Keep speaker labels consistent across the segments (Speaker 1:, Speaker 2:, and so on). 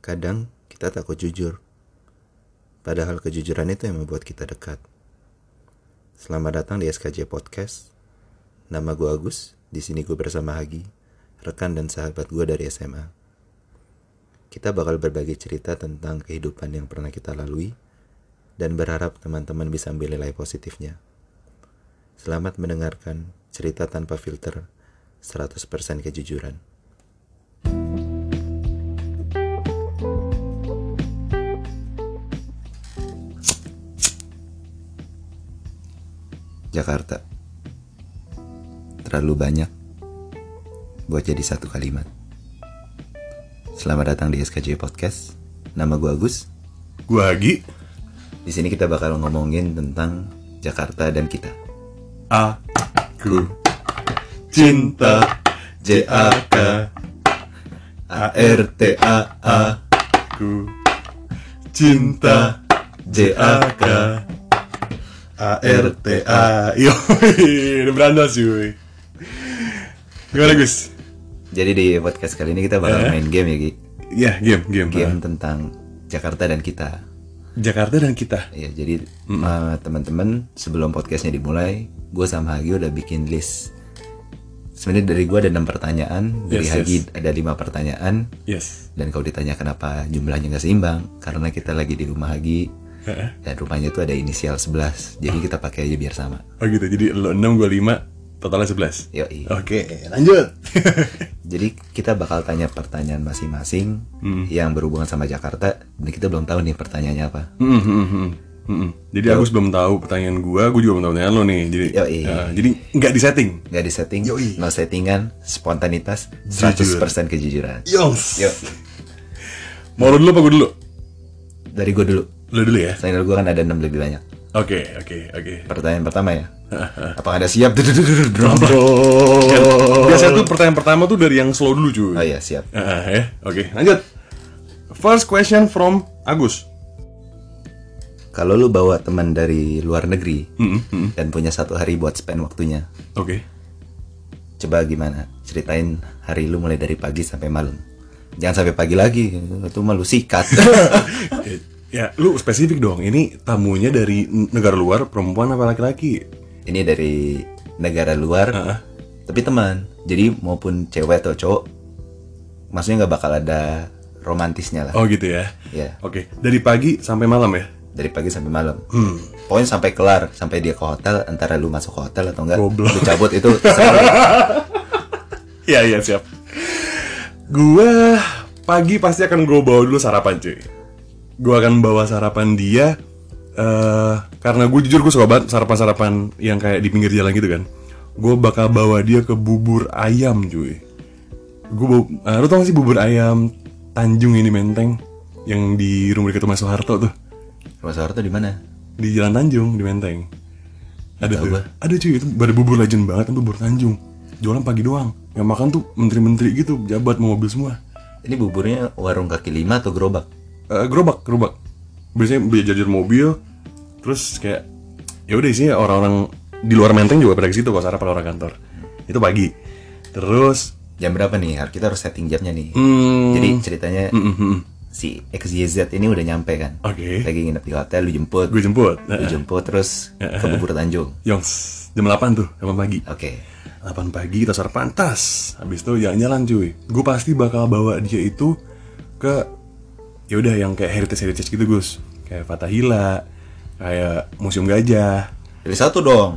Speaker 1: Kadang kita takut jujur. Padahal kejujuran itu yang membuat kita dekat. Selamat datang di SKJ Podcast. Nama gue Agus, di sini gue bersama Hagi, rekan dan sahabat gue dari SMA. Kita bakal berbagi cerita tentang kehidupan yang pernah kita lalui dan berharap teman-teman bisa ambil nilai positifnya. Selamat mendengarkan cerita tanpa filter 100% kejujuran. Jakarta. Terlalu banyak buat jadi satu kalimat. Selamat datang di SKJ Podcast. Nama gue Agus.
Speaker 2: Gue Hagi
Speaker 1: Di sini kita bakal ngomongin tentang Jakarta dan kita.
Speaker 2: Aku Cinta
Speaker 1: J A K A R T A A
Speaker 2: Ku Cinta
Speaker 1: J A K.
Speaker 2: A R T A Yoi Udah berandas yoi Gimana Gus?
Speaker 1: Jadi di podcast kali ini kita bakal main game ya, Gi.
Speaker 2: Ya game game,
Speaker 1: Game tentang Jakarta dan kita.
Speaker 2: Jakarta dan kita
Speaker 1: Ya, jadi eh, teman-teman sebelum podcastnya dimulai, gue sama Hagi udah bikin list. Sebenarnya dari gue ada enam pertanyaan, dari
Speaker 2: Yes,
Speaker 1: Hagi ada lima pertanyaan.
Speaker 2: Yes
Speaker 1: Dan kalau ditanya kenapa jumlahnya nggak seimbang, karena kita lagi di rumah Hagi
Speaker 2: Heeh.
Speaker 1: dan rumahnya itu ada inisial 11. Jadi kita pakai aja biar sama.
Speaker 2: Oh gitu jadi lo 6 gue 5 Totalnya 11
Speaker 1: Yoi.
Speaker 2: Oke lanjut
Speaker 1: Jadi kita bakal tanya pertanyaan masing-masing
Speaker 2: Mm.
Speaker 1: yang berhubungan sama Jakarta dan kita belum tahu nih pertanyaannya apa.
Speaker 2: Hmm, hmm, hmm, hmm. Jadi Agus belum tahu pertanyaan gue Gue juga belum tahu pertanyaan lo nih Jadi
Speaker 1: Yoi.
Speaker 2: eh, Jadi nggak disetting
Speaker 1: Nggak di setting,
Speaker 2: Yoi.
Speaker 1: no settingan, spontanitas, 100%
Speaker 2: Jujur.
Speaker 1: kejujuran.
Speaker 2: Yongs
Speaker 1: Yoi.
Speaker 2: Mau lo dulu apa gue dulu?
Speaker 1: Dari gue dulu.
Speaker 2: Lo dulu ya
Speaker 1: Selain gue kan ada 6 lebih banyak.
Speaker 2: Oke, oke, oke.
Speaker 1: Pertanyaan pertama ya. Apakah Anda siap? Drum
Speaker 2: Kan,
Speaker 1: roll.
Speaker 2: Biasanya tuh pertanyaan pertama tuh dari yang slow dulu
Speaker 1: Oh
Speaker 2: cuy.
Speaker 1: iya, siap.
Speaker 2: Ah, ya, oke, lanjut. First question from Agus.
Speaker 1: Kalau lu bawa teman dari luar negeri
Speaker 2: Mm, mm, mm.
Speaker 1: dan punya satu hari buat spend waktunya,
Speaker 2: Oke.
Speaker 1: coba gimana? Ceritain hari lu mulai dari pagi sampai malam. Jangan sampai pagi lagi, itu malu sikat.
Speaker 2: Eh, Ya, lu spesifik dong. Ini tamunya dari n- negara luar, perempuan apa laki-laki?
Speaker 1: Ini dari negara luar, tapi teman. Jadi maupun cewek atau cowok, maksudnya nggak bakal ada romantisnya lah.
Speaker 2: Oh gitu ya.
Speaker 1: Ya,
Speaker 2: Oke, dari pagi sampai malam ya.
Speaker 1: dari pagi sampai malam.
Speaker 2: Hmm.
Speaker 1: Pokoknya sampai kelar, sampai dia ke hotel, antara lu masuk ke hotel atau enggak,
Speaker 2: Goblok.
Speaker 1: lu cabut itu terserah lu.
Speaker 2: Iya, iya, siap. Gua pagi pasti akan gua bawa dulu sarapan, cuy. Gua akan bawa sarapan dia eh karena gue jujur gue suka banget sarapan-sarapan yang kayak di pinggir jalan gitu kan. Gue bakal bawa dia ke bubur ayam, cuy. Gue bawa, eh, lu tau gak sih bubur ayam Tanjung ini Menteng yang di rumah dekat rumah Soeharto tuh
Speaker 1: Rumah Soeharto di mana?
Speaker 2: di Jalan Tanjung di Menteng. Ada
Speaker 1: Tahu
Speaker 2: tuh.
Speaker 1: gua.
Speaker 2: Ada cuy itu ada bubur legend banget kan bubur Tanjung. Jualan pagi doang. Yang makan tuh menteri-menteri gitu, jabat mau mobil semua.
Speaker 1: Ini buburnya warung kaki lima atau gerobak?
Speaker 2: Eh, gerobak, gerobak. Biasanya beli jajan mobil, terus kayak ya udah isinya orang-orang di luar Menteng juga pada ke situ kalau sarapan orang kantor. Itu pagi. Terus
Speaker 1: Jam berapa nih? Har- Kita harus setting jamnya nih.
Speaker 2: hmm,
Speaker 1: Jadi ceritanya
Speaker 2: mm, mm, mm.
Speaker 1: si XYZ ini udah nyampe kan?
Speaker 2: Oke.
Speaker 1: Lagi nginep di hotel, lu jemput,
Speaker 2: gue jemput. eh.
Speaker 1: lu
Speaker 2: Nah,
Speaker 1: jemput terus ke Bubur Tanjung.
Speaker 2: Yongs, jam 8 tuh, 8 pagi.
Speaker 1: Oke.
Speaker 2: 8 pagi kita sarapan tas habis itu jalan-jalan cuy gue pasti bakal bawa dia itu ke ya udah yang kayak heritage heritage gitu gus kayak Fatahila kayak museum gajah
Speaker 1: Dari satu dong.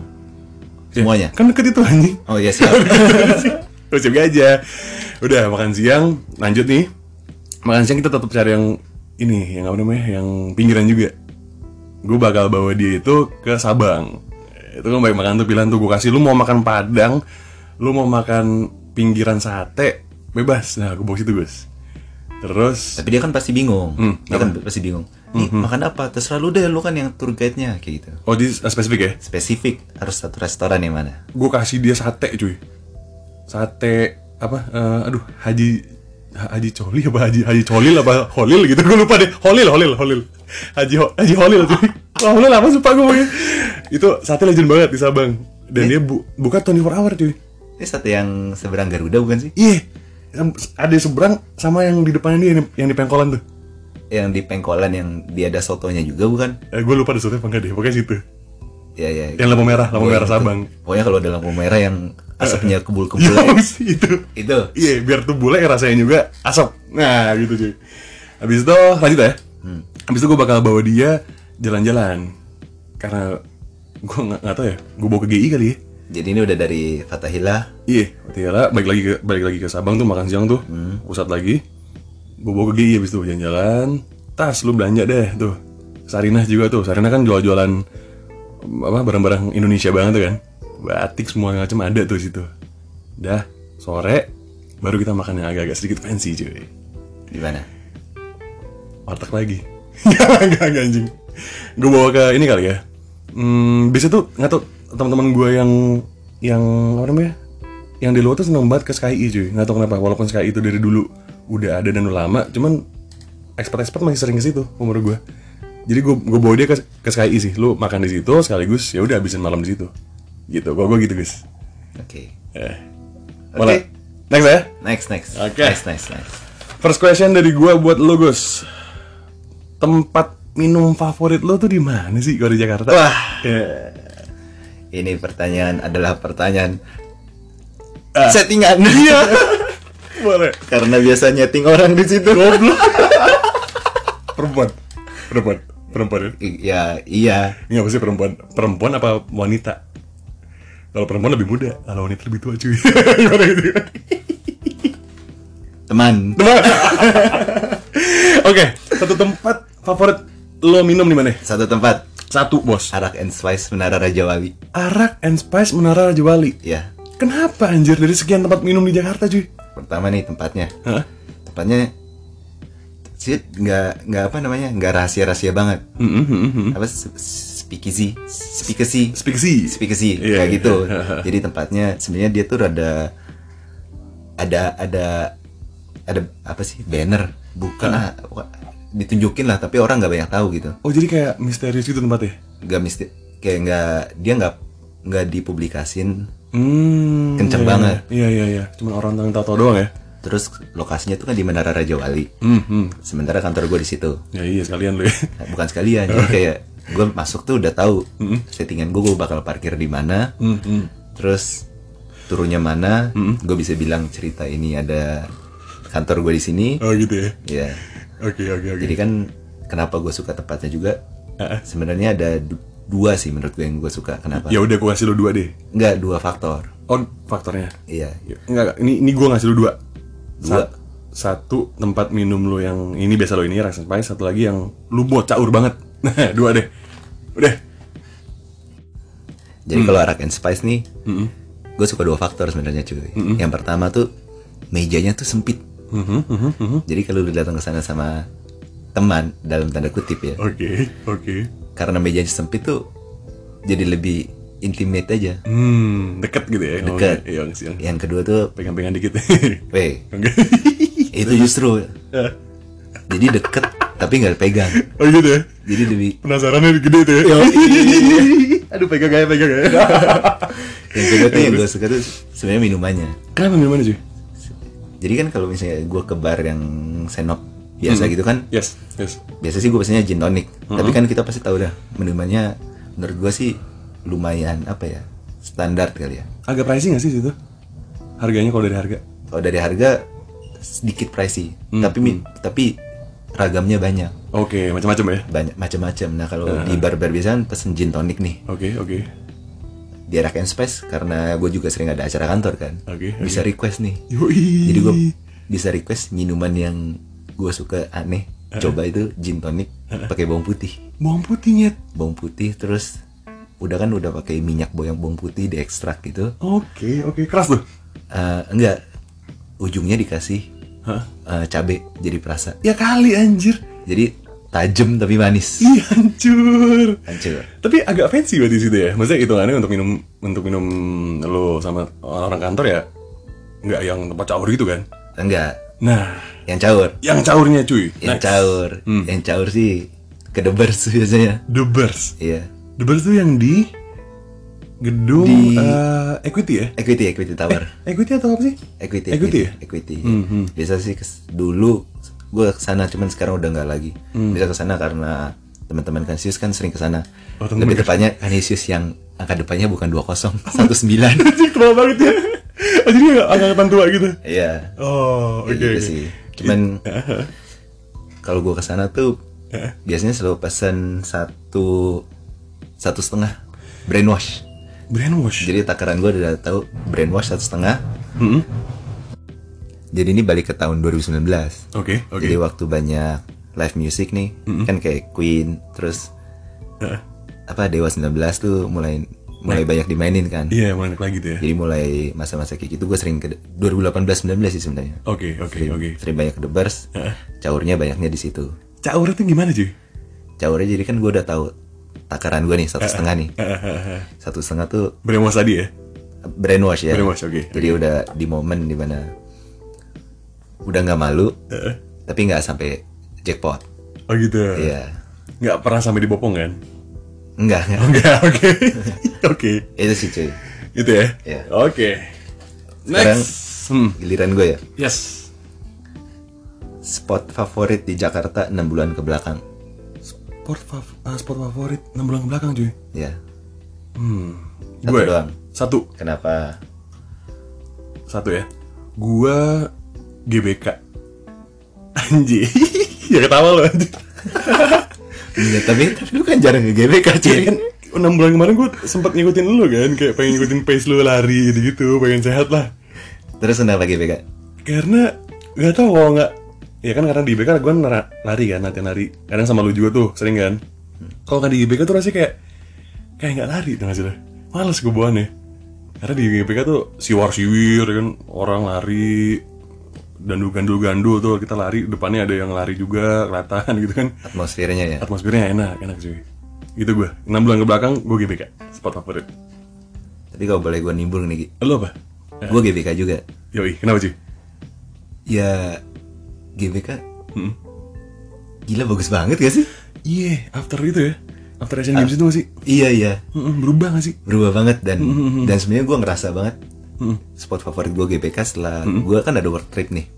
Speaker 1: Semuanya.
Speaker 2: kan deket itu anjing
Speaker 1: Oh iya siap.
Speaker 2: museum gajah udah makan siang lanjut nih makan siang kita tetap cari yang ini yang apa namanya yang pinggiran juga gue bakal bawa dia itu ke Sabang itu kan banyak makan tuh pilihan tuh gue kasih lu mau makan padang lu mau makan pinggiran sate bebas nah gue bawa situ Gus terus
Speaker 1: Tapi dia kan pasti bingung.
Speaker 2: Hmm,
Speaker 1: dia kan pasti bingung. Nih, makan apa? Terserah lu deh, lu kan yang tour guide-nya kayak gitu.
Speaker 2: oh di spesifik ya
Speaker 1: Spesifik harus satu restoran yang mana?
Speaker 2: gue kasih dia sate cuy sate apa eh, aduh haji Ha- haji coli apa haji haji colil apa holil gitu gue lupa deh holil holil holil haji Ho- haji holil cuy Wah, holil apa sumpah gue pokoknya. itu sate legend banget di Sabang dan dia bu- buka 24 hour cuy
Speaker 1: Ini satu yang seberang Garuda bukan sih?
Speaker 2: iya Yang- ada yang seberang sama yang di depannya dia yang, yang di pengkolan tuh
Speaker 1: yang di pengkolan yang dia ada sotonya juga bukan?
Speaker 2: Eh, gue lupa disuruh apa enggak deh, pokoknya situ.
Speaker 1: Ya ya.
Speaker 2: Yang lampu merah, lampu
Speaker 1: Iya,
Speaker 2: merah
Speaker 1: gitu.
Speaker 2: Sabang.
Speaker 1: Pokoknya kalau ada lampu merah yang asapnya kebul-kebul
Speaker 2: Iya,
Speaker 1: ya.
Speaker 2: sih, itu.
Speaker 1: itu.
Speaker 2: Iya, biar tuh boleh rasanya juga asap. Nah, gitu cuy. Habis itu lanjut ya. Habis itu gue bakal bawa dia jalan-jalan. Karena gue nggak nggak tahu ya, gue bawa ke GI kali ya.
Speaker 1: Jadi ini udah dari Fatahila.
Speaker 2: Iya, Tiara balik lagi ke balik lagi ke Sabang tuh makan siang tuh, pusat lagi. Gue bawa ke GI habis itu jalan-jalan. Tas lu belanja deh tuh. Sarinah juga tuh. Sarinah kan jual-jualan em, apa barang-barang Indonesia banget tuh kan. Batik semua macam ada tuh di situ. Dah, sore baru kita makan yang agak-agak sedikit fancy cuy.
Speaker 1: Gimana?
Speaker 2: Warteg lagi. Enggak, enggak, enggak, anjing. Gue bawa ke ini kali ya. Hmm, biasanya tuh nggak tau teman-teman gue yang yang apa namanya? Yang di luar tuh seneng banget ke SKI cuy. Nggak tau kenapa. Walaupun SKI itu dari dulu udah ada dan udah lama, cuman expert-expert masih sering ke situ umur gue. Jadi gue gue bawa dia ke, ke SKI sih. Lu makan di situ sekaligus ya udah habisin malam di situ. Gitu. Gue gue gitu guys.
Speaker 1: Oke.
Speaker 2: Eh.
Speaker 1: Oke.
Speaker 2: Boleh? Next ya.
Speaker 1: Next next.
Speaker 2: Oke.
Speaker 1: Next next next.
Speaker 2: First question dari gua buat lo Gus. Tempat minum favorit lo tuh di mana sih kalau di Jakarta? Wah.
Speaker 1: Eh. Ini pertanyaan adalah pertanyaan
Speaker 2: Eh.
Speaker 1: settingan.
Speaker 2: Iya. Boleh.
Speaker 1: Karena biasa nyeting orang di situ.
Speaker 2: Perempuan. Perempuan. Perempuan. ya?
Speaker 1: I- ya iya.
Speaker 2: Ini apa sih perempuan? Perempuan apa wanita? Kalau perempuan lebih muda, kalau wanita lebih tua cuy. Gimana gitu?
Speaker 1: Teman.
Speaker 2: Oke, satu tempat favorit lo minum di mana?
Speaker 1: Satu tempat.
Speaker 2: Satu, Bos.
Speaker 1: Arak and Spice Menara Raja Wali.
Speaker 2: Arak and Spice Menara Raja Wali.
Speaker 1: Ya.
Speaker 2: Kenapa anjir dari sekian tempat minum di Jakarta cuy?
Speaker 1: Pertama nih tempatnya.
Speaker 2: Hah?
Speaker 1: Tempatnya sih nggak nggak apa namanya nggak rahasia rahasia banget
Speaker 2: Mm -hmm.
Speaker 1: apa s- speakeasy speakeasy
Speaker 2: Speak sih.
Speaker 1: speakeasy
Speaker 2: Iya,
Speaker 1: kayak
Speaker 2: iya.
Speaker 1: gitu jadi tempatnya sebenarnya dia tuh rada ada ada ada apa sih banner bukan ah, bukan- ditunjukin lah tapi orang nggak banyak tahu gitu
Speaker 2: Oh jadi kayak misterius gitu tempatnya?
Speaker 1: nggak mesti kayak nggak dia nggak nggak dipublikasin
Speaker 2: Hmm.
Speaker 1: Kenceng
Speaker 2: iya,
Speaker 1: banget.
Speaker 2: Iya iya iya. Cuman orang yang tato doang ya.
Speaker 1: terus lokasinya tuh kan di Menara Raja Wali
Speaker 2: Hmm. hmm.
Speaker 1: sementara kantor gue di situ
Speaker 2: Ya iya sekalian lu ya.
Speaker 1: Nah, bukan sekalian jadi kayak gue masuk tuh udah tahu settingan gue gue bakal parkir di mana
Speaker 2: Hmm. hmm.
Speaker 1: terus turunnya mana gue bisa bilang cerita ini ada kantor gue di sini
Speaker 2: Oh gitu ya.
Speaker 1: ya
Speaker 2: Oke oke oke.
Speaker 1: jadi kan kenapa gue suka tempatnya juga
Speaker 2: Ah, ah.
Speaker 1: sebenarnya ada du- dua sih menurut gue yang gue suka kenapa
Speaker 2: Ya udah gua kasih lu dua deh.
Speaker 1: nggak dua faktor
Speaker 2: Oh faktornya.
Speaker 1: iya
Speaker 2: Ya, Enggak, enggak. ini ini gua ngasih lu dua.
Speaker 1: Dua.
Speaker 2: Sa- satu tempat minum lu yang ini biasa lo ini rasa spice, satu lagi yang lu buat caur banget. Nah, dua deh. Udah.
Speaker 1: jadi kalau Arak and Spice nih gue suka dua faktor sebenarnya cuy yang pertama tuh mejanya tuh sempit Mm-hmm,
Speaker 2: Mhm, mhm, mhm.
Speaker 1: jadi kalau lu datang ke sana sama teman dalam tanda kutip ya
Speaker 2: Oke, oke.
Speaker 1: karena mejanya sempit tuh jadi lebih intimate aja
Speaker 2: Hmm, deket gitu ya.
Speaker 1: Deket.
Speaker 2: Iya, yang siang.
Speaker 1: yang kedua tuh
Speaker 2: Pegang-pegang dikit.
Speaker 1: weh
Speaker 2: Oke.
Speaker 1: itu justru jadi deket tapi nggak pegang
Speaker 2: Oh gitu ya?
Speaker 1: jadi lebih
Speaker 2: Penasarannya gede tuh ya? Aduh pegang aja, pegang aja
Speaker 1: yang kedua tuh yang gue suka tuh sebenarnya minumannya
Speaker 2: Kenapa minumannya cuy?
Speaker 1: jadi kan kalau misalnya gue ke bar yang senop biasa
Speaker 2: Hmm.
Speaker 1: gitu kan
Speaker 2: Yes, yes
Speaker 1: biasa sih gue biasanya gin tonic tapi kan kita pasti tahu dah minumannya menurut gue sih lumayan apa ya standar kali ya
Speaker 2: Agak pricey gak sih situ? Harganya kalau dari harga?
Speaker 1: kalau dari harga sedikit pricey
Speaker 2: Hmm.
Speaker 1: tapi mi- tapi ragamnya banyak
Speaker 2: Oke, macam-macam ya?
Speaker 1: banyak macam-macam nah kalau di
Speaker 2: Hmm.
Speaker 1: bar-bar biasa kan pesen gin tonic nih
Speaker 2: Oke, oke
Speaker 1: di Rack and Space karena gue juga sering ada acara kantor kan
Speaker 2: Oke, oke.
Speaker 1: bisa request nih
Speaker 2: Yoi
Speaker 1: jadi gue bisa request minuman yang gue suka aneh
Speaker 2: Eh.
Speaker 1: coba itu gin tonic pakai bawang putih
Speaker 2: Bawang putih nyet
Speaker 1: bawang putih terus udah kan udah pakai minyak boyang bawang putih diekstrak gitu
Speaker 2: Oke, oke, keras tuh
Speaker 1: Eh, enggak ujungnya dikasih
Speaker 2: Hah?
Speaker 1: eh, cabe jadi perasa
Speaker 2: Ya kali anjir
Speaker 1: jadi tajam tapi manis
Speaker 2: Ih, hancur
Speaker 1: hancur
Speaker 2: Tapi agak fancy berarti situ ya. Maksudnya hitungannya untuk minum untuk minum lo sama orang kantor ya nggak yang tempat caur gitu kan.
Speaker 1: enggak
Speaker 2: Nah,
Speaker 1: yang caur
Speaker 2: yang caurnya cuy.
Speaker 1: yang
Speaker 2: Next.
Speaker 1: caur
Speaker 2: Hmm.
Speaker 1: yang caur sih kedebers biasanya
Speaker 2: The Burst.
Speaker 1: iya
Speaker 2: The Burst tuh yang di gedung
Speaker 1: Di-
Speaker 2: eh, equity ya?
Speaker 1: equity equity tower
Speaker 2: Equity atau apa sih?
Speaker 1: equity
Speaker 2: Equity ya?
Speaker 1: equity, ya? biasa sih kes- dulu gue kesana cuman sekarang udah nggak lagi
Speaker 2: Hmm.
Speaker 1: bisa kesana karena teman-teman Kanisius kan sering kesana
Speaker 2: Oh, teman-teman
Speaker 1: lebih tepatnya Kanisius yang angka depannya bukan 20 19
Speaker 2: Anjing tua banget ya Oh jadi agak angkatan tua gitu
Speaker 1: iya
Speaker 2: Oh oke
Speaker 1: Kayak gitu
Speaker 2: oke.
Speaker 1: sih cuman kalau gue kesana tuh
Speaker 2: Eh.
Speaker 1: biasanya selalu pesan satu satu setengah brainwash
Speaker 2: Brainwash
Speaker 1: jadi takaran gue udah tahu brainwash satu setengah
Speaker 2: Mm-mm.
Speaker 1: jadi ini balik ke tahun 2019
Speaker 2: Oke oke
Speaker 1: Jadi waktu banyak live music nih, kan kayak Queen, terus
Speaker 2: Eh,
Speaker 1: apa Dewa 19 tuh mulai mulai banyak dimainin kan.
Speaker 2: Iya mulai naik lagi tuh ya
Speaker 1: Jadi mulai masa-masa kayak gitu gue sering ke 2018 19 sih sebenarnya.
Speaker 2: Oke oke
Speaker 1: Sering-
Speaker 2: oke
Speaker 1: Sering banyak ke The Bars, caurnya banyaknya di situ.
Speaker 2: Caur itu gimana cuy?
Speaker 1: Caurnya jadi kan gue udah tahu takaran gue nih satu setengah nih.
Speaker 2: Eh, eh, eh, eh.
Speaker 1: Satu setengah tuh
Speaker 2: Brainwash tadi ya?
Speaker 1: brainwash ya.
Speaker 2: Brainwash, oke,
Speaker 1: Jadi udah di momen dimana udah nggak malu,
Speaker 2: Eh, eh.
Speaker 1: tapi nggak sampai jackpot.
Speaker 2: Oh gitu
Speaker 1: Iya.
Speaker 2: Nggak pernah sampai dibopong kan?
Speaker 1: Enggak, enggak.
Speaker 2: Oke oke Oke
Speaker 1: Itu sih cuy.
Speaker 2: Gitu ya?
Speaker 1: Iya.
Speaker 2: Oke
Speaker 1: Sekarang-
Speaker 2: Next Hmm,
Speaker 1: Giliran gue ya.
Speaker 2: Yes
Speaker 1: Spot favorit di Jakarta 6 bulan ke belakang.
Speaker 2: Sport, fav- eh, sport favorit 6 bulan belakang cuy
Speaker 1: Ya.
Speaker 2: Hmm.
Speaker 1: Satu
Speaker 2: Gue
Speaker 1: doang.
Speaker 2: Satu.
Speaker 1: Kenapa?
Speaker 2: Satu ya. Gue GBK. Anjir. ya ketawa lo anjir.
Speaker 1: Ya, tapi, tapi lu kan jarang ke GBK cuy.
Speaker 2: Iya kan 6 bulan kemarin gue sempet ngikutin lu kan kayak pengen ngikutin pace lu lari gitu-gitu, pengen sehat lah.
Speaker 1: Terus kenapa GBK?
Speaker 2: Karena gak tau kalau nggak ya kan karena di IBK gue lari kan latihan lari kadang sama lu juga tuh sering kan kalau nggak di IBK tuh rasanya kayak kayak nggak lari tuh sih males gue bawaannya karena di IBK tuh siwar siwir kan orang lari dan gandul gandul tuh kita lari depannya ada yang lari juga kelihatan gitu kan
Speaker 1: Atmosfernya ya.
Speaker 2: atmosfernya enak enak cuy gitu gue 6 bulan ke belakang gue GBK spot favorit
Speaker 1: Tapi kalau boleh gue nimbul nih, Gi.
Speaker 2: lo apa
Speaker 1: gue GBK juga.
Speaker 2: yoi kenapa cuy
Speaker 1: Ya GBK
Speaker 2: Mm.
Speaker 1: gila bagus banget gak sih?
Speaker 2: iya after itu ya after Asian Games itu masih
Speaker 1: Iya iya.
Speaker 2: berubah gak sih
Speaker 1: Berubah banget dan dan sebenarnya gue ngerasa banget spot favorit gue GBK setelah gue kan ada work trip nih.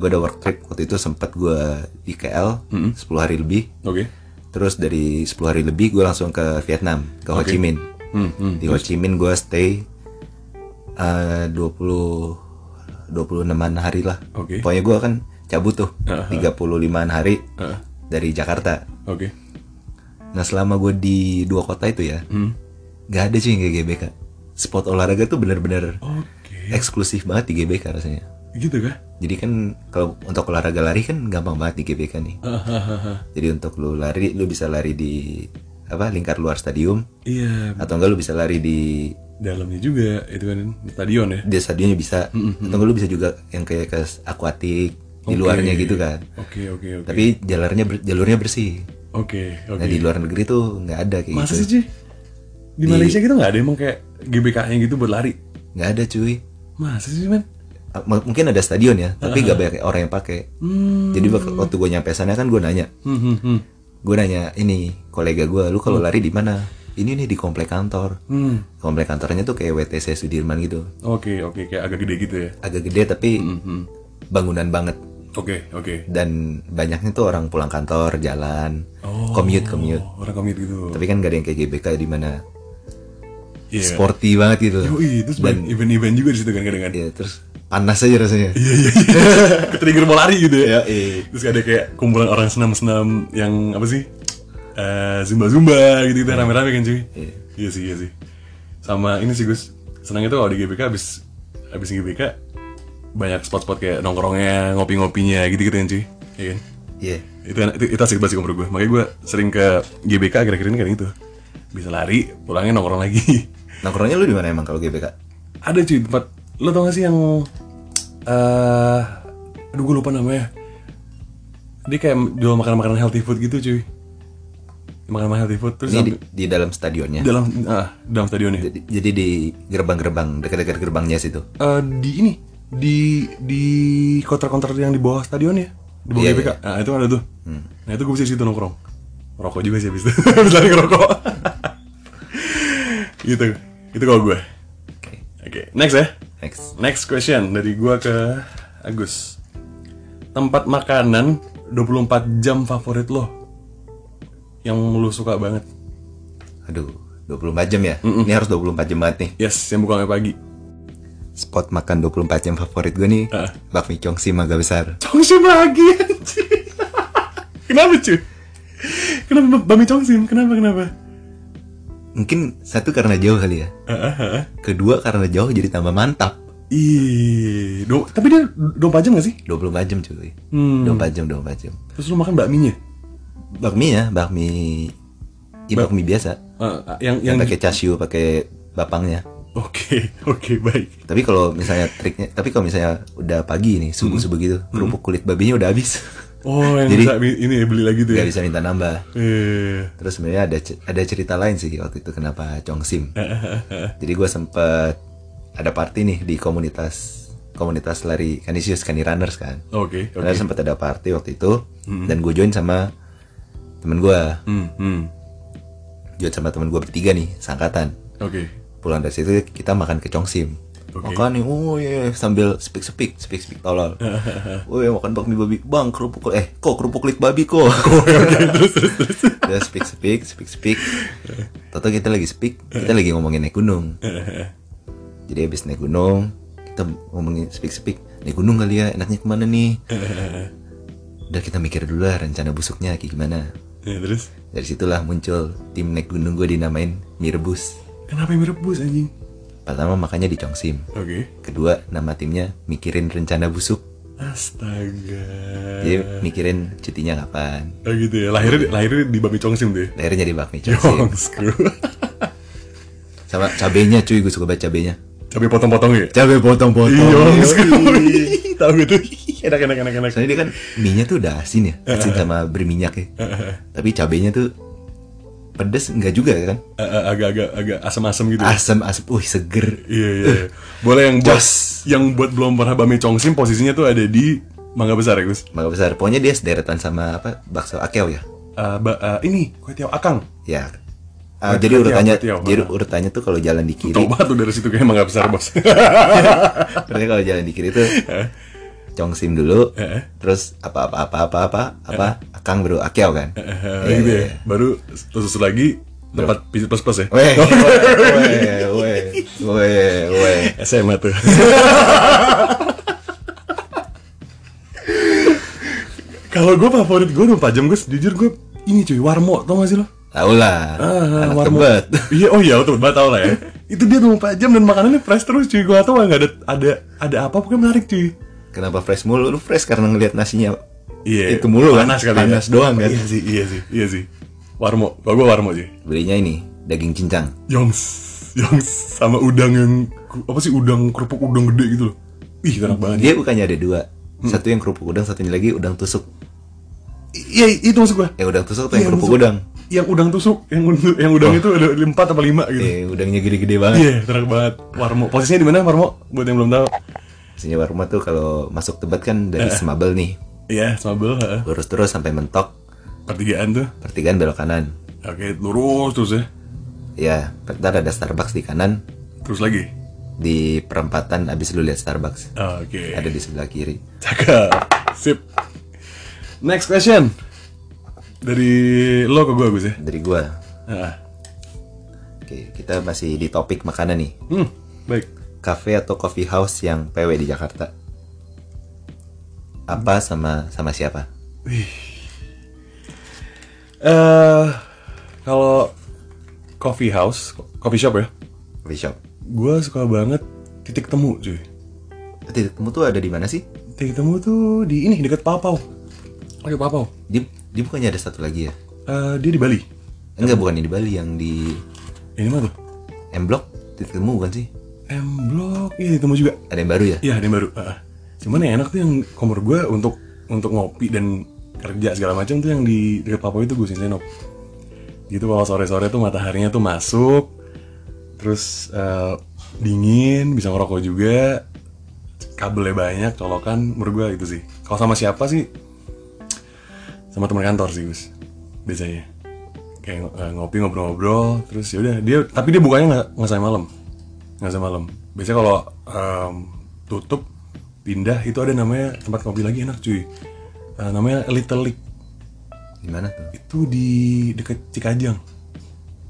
Speaker 1: Gue ada work trip waktu itu sempat gue di KL 10 hari lebih.
Speaker 2: Oke.
Speaker 1: Terus dari 10 hari lebih gue langsung ke Vietnam, ke Ho Chi Minh. Di Ho Chi Minh gue stay eh, 20 26-an hari lah.
Speaker 2: Oke.
Speaker 1: Pokoknya gue kan cabut tuh 35-an hari dari Jakarta.
Speaker 2: Oke.
Speaker 1: Nah selama gue di dua kota itu ya,
Speaker 2: Hmm.
Speaker 1: gak ada cuy yang kayak GBK. Spot olahraga tuh bener-bener
Speaker 2: Oh, Oke.
Speaker 1: eksklusif banget di GBK rasanya.
Speaker 2: Gitu kah?
Speaker 1: Jadi kan kalau untuk olahraga lari kan gampang banget di GBK nih. Jadi untuk lu lari, lu bisa lari di apa lingkar luar stadium
Speaker 2: Iya,
Speaker 1: atau enggak lu bisa lari di
Speaker 2: dalamnya juga itu kan di stadion ya.
Speaker 1: di stadionnya bisa atau enggak lu bisa juga yang kayak ke akuatik di
Speaker 2: Hmm, Oke. Iya.
Speaker 1: luarnya gitu kan.
Speaker 2: Oke, oke, oke.
Speaker 1: Tapi jalannya ber- jalurnya bersih.
Speaker 2: Oke,
Speaker 1: Nah
Speaker 2: oke.
Speaker 1: di luar negeri tuh nggak ada kayak
Speaker 2: Iya. Masa
Speaker 1: gitu.
Speaker 2: sih, Ci? Di Malaysia gitu nggak ada emang kayak GBK-nya gitu buat lari?
Speaker 1: Nggak ada cuy.
Speaker 2: Masa sih, men?
Speaker 1: M- mungkin ada stadion ya, tapi nggak banyak orang yang pakai.
Speaker 2: Hmm.
Speaker 1: Jadi bak- waktu gue nyampe sana kan gue nanya,
Speaker 2: Hmm, hmm, hmm.
Speaker 1: gue nanya ini kolega gue, lu kalau lari di mana? Ini nih di komplek kantor.
Speaker 2: Hmm.
Speaker 1: Komplek kantornya tuh kayak WTC Sudirman gitu,
Speaker 2: Oke, oke, kayak agak gede gitu ya.
Speaker 1: agak gede tapi
Speaker 2: Hmm.
Speaker 1: bangunan banget
Speaker 2: Oke, oke.
Speaker 1: dan banyaknya tuh orang pulang kantor jalan commute commute
Speaker 2: Oh, orang komit gitu.
Speaker 1: tapi kan gak ada yang kayak GBK di mana
Speaker 2: Iya.
Speaker 1: sporty banget gitu loh.
Speaker 2: Yoi, terus banyak event-event juga di situ kan kadang-kadang.
Speaker 1: Iya, terus panas aja rasanya
Speaker 2: Iya, iya, iya. Ketrigger mau lari gitu ya.
Speaker 1: Iya, iya.
Speaker 2: Terus ada kayak kumpulan orang senam-senam yang apa sih? Eh, zumba-zumba gitu gitu rame-rame kan cuy.
Speaker 1: Iya.
Speaker 2: Iya sih, iya sih. Sama ini sih Gus, senangnya tuh kalau di GBK abis abis GBK banyak spot-spot kayak nongkrongnya, ngopi-ngopinya gitu-gitu kan cuy. Iya kan?
Speaker 1: iya
Speaker 2: Itu, itu, itu asik banget sih menurut gue. Makanya gue sering ke GBK akhir-akhir ini kayak gitu. Bisa lari, pulangnya nongkrong lagi.
Speaker 1: nongkrongnya lu di mana emang kalau GBK
Speaker 2: ada cuy tempat lo tau gak sih yang eh aduh gue lupa namanya dia kayak jual makanan makanan healthy food gitu cuy makanan healthy food terus
Speaker 1: ini di,
Speaker 2: sampai-
Speaker 1: di dalam stadionnya
Speaker 2: dalam ah, dalam stadionnya
Speaker 1: jadi, jadi di gerbang-gerbang dekat-dekat gerbangnya situ
Speaker 2: Eh, di ini di di konter-konter yang di bawah stadion ya di bawah
Speaker 1: Iya, Hmm.
Speaker 2: GBK nah itu ada tuh nah itu gue bisa di situ nongkrong rokok juga sih abis itu abis lari ngerokok gitu itu kalau gue
Speaker 1: oke
Speaker 2: oke next ya
Speaker 1: next
Speaker 2: Next question dari gua ke Agus. tempat makanan 24 jam favorit lo yang lo suka banget
Speaker 1: Aduh, 24 jam ya? Ini harus 24 jam banget nih.
Speaker 2: yes yang bukannya pagi
Speaker 1: Spot makan 24 jam favorit gue nih,
Speaker 2: Ah.
Speaker 1: Bakmi Chongsi Maga Besar.
Speaker 2: Chongsim lagi anjir kenapa cuy kenapa bami Chongsim kenapa kenapa
Speaker 1: Mungkin satu karena jauh kali ya.
Speaker 2: Eh,
Speaker 1: Kedua karena jauh jadi tambah mantap.
Speaker 2: Ih, do- tapi dia 24 jam gak sih?
Speaker 1: 24 jam cuy.
Speaker 2: Hmm.
Speaker 1: 24 jam, 24 jam.
Speaker 2: Terus lu makan bakminya?
Speaker 1: Bakmi ya, bakmi... Ya, bakmi biasa.
Speaker 2: Eh, yang yang
Speaker 1: Yang pakai cashew, pakai bapangnya.
Speaker 2: Oke, oke baik.
Speaker 1: Tapi kalau misalnya triknya, tapi kalau misalnya udah pagi nih, subuh-subuh gitu, kerupuk kulit babinya udah habis.
Speaker 2: Oh, yang
Speaker 1: Jadi-
Speaker 2: bisa bi- ini ya, beli lagi tuh ya.
Speaker 1: Gak bisa minta nambah.
Speaker 2: Eh,
Speaker 1: Terus sebenarnya ada ce- ada cerita lain sih waktu itu kenapa Chongsim. Jadi gue sempet ada party nih di komunitas komunitas lari Canisius Cani Runners kan.
Speaker 2: Oke, oke.
Speaker 1: Karena sempet ada party waktu itu dan gue join sama temen gue,
Speaker 2: Hmm, hmm.
Speaker 1: join sama temen gue bertiga nih, sangkatan.
Speaker 2: Oke.
Speaker 1: Pulang dari situ kita makan ke Chongsim.
Speaker 2: Oke.
Speaker 1: Makan nih, oh iya, iya, sambil speak speak speak speak tolol. Woi Oh iya, makan bakmi babi, bang kerupuk kul- eh kok kerupuk kulit babi kok. Udah speak speak speak speak. Toto kita lagi speak, kita lagi ngomongin naik gunung. Jadi habis naik gunung, kita ngomongin speak speak naik gunung kali ya, enaknya kemana nih? Udah kita mikir dulu lah rencana busuknya kayak gimana.
Speaker 2: Ya, terus
Speaker 1: Dari situlah muncul tim naik gunung gue dinamain Mie Rebus.
Speaker 2: kenapa yang merebus anjing?
Speaker 1: Pertama makanya di Chongsim.
Speaker 2: Oke.
Speaker 1: Kedua, nama timnya mikirin rencana busuk.
Speaker 2: Astaga.
Speaker 1: Jadi mikirin cutinya kapan.
Speaker 2: Oh gitu ya. Lahirnya lahirnya di Bami Chongsim tuh. ya?
Speaker 1: Akhirnya jadi bakmi Chongsim.
Speaker 2: Chongs bro.
Speaker 1: Sama cabenya cuy, gue suka banget cabenya. Iya,
Speaker 2: Cabe potong-potong ya.
Speaker 1: Cabe potong-potong.
Speaker 2: Chongs bro. Tahu gitu. Enak enak enak enak.
Speaker 1: Soalnya dia kan minyak tuh udah asin ya, asin sama berminyak ya.
Speaker 2: Eh,
Speaker 1: Tapi cabenya tuh pedes enggak juga kan?
Speaker 2: Eh, eh, Agak-agak agak asam-asam gitu. ya?
Speaker 1: Asam asam, wih seger.
Speaker 2: Iya iya. Boleh yang buat
Speaker 1: Jos.
Speaker 2: yang buat belum pernah Bami Chongsim posisinya tuh ada di Mangga Besar ya Gus.
Speaker 1: Maka besar, pokoknya dia sederetan sama apa bakso akeo ya.
Speaker 2: Eh, ba- eh, ini kue tiaw akang.
Speaker 1: Ya. Ah, jadi urutannya,
Speaker 2: Ketiau, ketiau.
Speaker 1: jadi urutannya tuh kalau jalan di kiri,
Speaker 2: Tau banget tuh dari situ kayak Mangga Besar bos.
Speaker 1: Pokoknya kalau jalan di kiri tuh Chongsim dulu,
Speaker 2: Heeh.
Speaker 1: terus apa apa apa apa apa apa Akang bro Akeo kan.
Speaker 2: Eh,
Speaker 1: Iya,
Speaker 2: gitu
Speaker 1: iya,
Speaker 2: ya. Baru susul lagi tempat pijit plus plus ya.
Speaker 1: Weh,
Speaker 2: iya.
Speaker 1: weh, weh, weh, weh.
Speaker 2: SMA tuh. Kalau gue favorit gue 24 jam gue jujur gue ini cuy Warmo tau gak sih lo?
Speaker 1: Tahu lah,
Speaker 2: Ah,
Speaker 1: anak
Speaker 2: warmo.
Speaker 1: tebet.
Speaker 2: Iya, oh iya, betul banget tau lah ya. itu dia 24 jam dan makanannya fresh terus cuy. Gua tau nggak ada ada ada apa pokoknya menarik cuy.
Speaker 1: Kenapa fresh mulu? Lu fresh karena ngelihat nasinya.
Speaker 2: Iya.
Speaker 1: Itu mulu kan?
Speaker 2: Panas kali. ya.
Speaker 1: Panas doang kan?
Speaker 2: Iya sih, iya sih, iya sih. Warmo, kalau gue warmo sih.
Speaker 1: Belinya ini daging cincang.
Speaker 2: Yongs, yongs sama udang yang apa sih udang kerupuk udang gede gitu loh. Ih, enak banget.
Speaker 1: Dia bukannya ada dua.
Speaker 2: Hmm.
Speaker 1: Satu yang kerupuk udang, satunya lagi udang tusuk.
Speaker 2: Iya, itu maksud gue.
Speaker 1: Eh udang tusuk atau yang
Speaker 2: Iya,
Speaker 1: kerupuk
Speaker 2: tusuk.
Speaker 1: udang?
Speaker 2: Yang udang tusuk, yang ud- yang udang itu ada empat apa lima gitu.
Speaker 1: Eh udangnya gede-gede banget.
Speaker 2: Iya, enak banget. Warmo, posisinya di mana Warmo? Buat yang belum tahu.
Speaker 1: Sini warmo tuh kalau masuk tebet kan dari Semabel nih.
Speaker 2: Iya, Smabel, heeh.
Speaker 1: Lurus terus sampai mentok,
Speaker 2: Pertigaan tuh.
Speaker 1: pertigaan belok kanan.
Speaker 2: Oke, lurus terus ya.
Speaker 1: Ya, ntar ada Starbucks di kanan,
Speaker 2: Terus lagi.
Speaker 1: di perempatan abis lu lihat Starbucks.
Speaker 2: Oke.
Speaker 1: Ada di sebelah kiri.
Speaker 2: Cakep. Sip. Next question. Dari lo ke gue, Gus ya.
Speaker 1: Dari gua.
Speaker 2: Ah.
Speaker 1: Oke, kita masih di topik makanan nih.
Speaker 2: Hmm, baik.
Speaker 1: Cafe atau coffee house yang PW di Jakarta? Apa sama sama siapa?
Speaker 2: Eh, kalau coffee house, coffee shop ya.
Speaker 1: Coffee shop.
Speaker 2: Gue suka banget titik temu, cuy.
Speaker 1: Titik temu tuh ada di mana sih?
Speaker 2: Titik temu tuh di ini dekat Papau. Oke, Papau.
Speaker 1: Dia, dia bukannya ada satu lagi ya?
Speaker 2: Eh, dia di Bali.
Speaker 1: Enggak, bukan yang di Bali, yang di
Speaker 2: Ini mana tuh?
Speaker 1: M Block. Titik temu bukan sih?
Speaker 2: M Block, iya titik temu juga.
Speaker 1: Ada yang baru ya?
Speaker 2: Iya, ada yang baru. Ah. Cuman yang enak tuh yang komor gue untuk untuk ngopi dan kerja segala macam tuh yang di dekat Papua itu gue Senop. Gitu kalau sore-sore tuh mataharinya tuh masuk, terus eh, dingin, bisa ngerokok juga, kabelnya banyak, colokan, menurut gue gitu sih. Kalau sama siapa sih? Sama teman kantor sih Gus, biasanya. Kayak eh, ngopi ngobrol-ngobrol, terus ya udah dia, tapi dia bukanya nggak nggak sampai malam, nggak sampai malam. Biasanya kalau em, tutup pindah itu ada namanya tempat kopi lagi enak cuy Eh, namanya Little League
Speaker 1: Gimana tuh?
Speaker 2: itu di deket Cikajang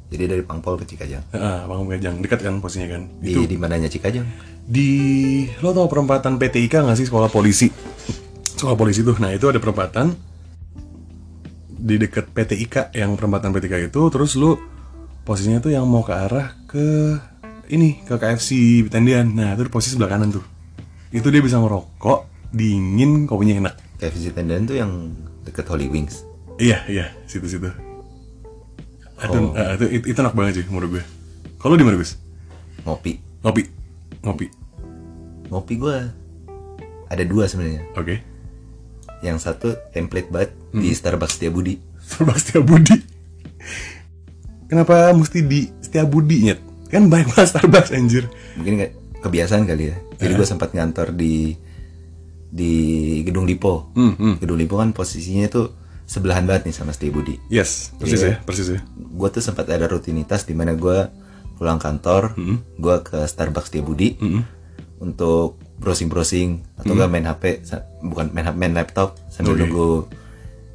Speaker 1: Jadi dari Pangpol ke Cikajang.
Speaker 2: Ah, Bang Cikajang dekat kan posisinya kan
Speaker 1: Di
Speaker 2: itu
Speaker 1: di mananya Cikajang?
Speaker 2: di lo tau perempatan PTIK nggak sih sekolah polisi sekolah polisi tuh nah itu ada perempatan di deket PTIK yang perempatan PTIK itu terus lu posisinya tuh yang mau ke arah ke ini ke KFC Tendian nah itu di posisi sebelah kanan tuh itu dia bisa ngerokok dingin kopinya enak
Speaker 1: KFC Tendan tuh yang deket Holy Wings.
Speaker 2: iya iya situ situ itu, ah, itu, itu, itu enak banget sih menurut gue kalau di mana Gus
Speaker 1: Ngopi.
Speaker 2: ngopi ngopi
Speaker 1: Ngopi gua ada dua sebenarnya.
Speaker 2: oke
Speaker 1: Yang satu template banget di Starbucks Setiabudi.
Speaker 2: Serba Setiabudi. Kenapa mesti di Setiabudi nyet? Kan banyak banget Starbucks anjir.
Speaker 1: Mungkin nggak kebiasaan kali ya. Jadi gua sempat ngantor di di gedung Lipo.
Speaker 2: Hmm,
Speaker 1: Gedung Lipo kan posisinya tuh sebelahan banget nih sama Setiabudi.
Speaker 2: Yes, persis ya, persis ya.
Speaker 1: gue tuh sempat ada rutinitas di mana gue pulang kantor, gue ke Starbucks di Budi
Speaker 2: Hmm.
Speaker 1: untuk browsing-browsing atau nggak main HP, sa- bukan main HP, main laptop sambil nunggu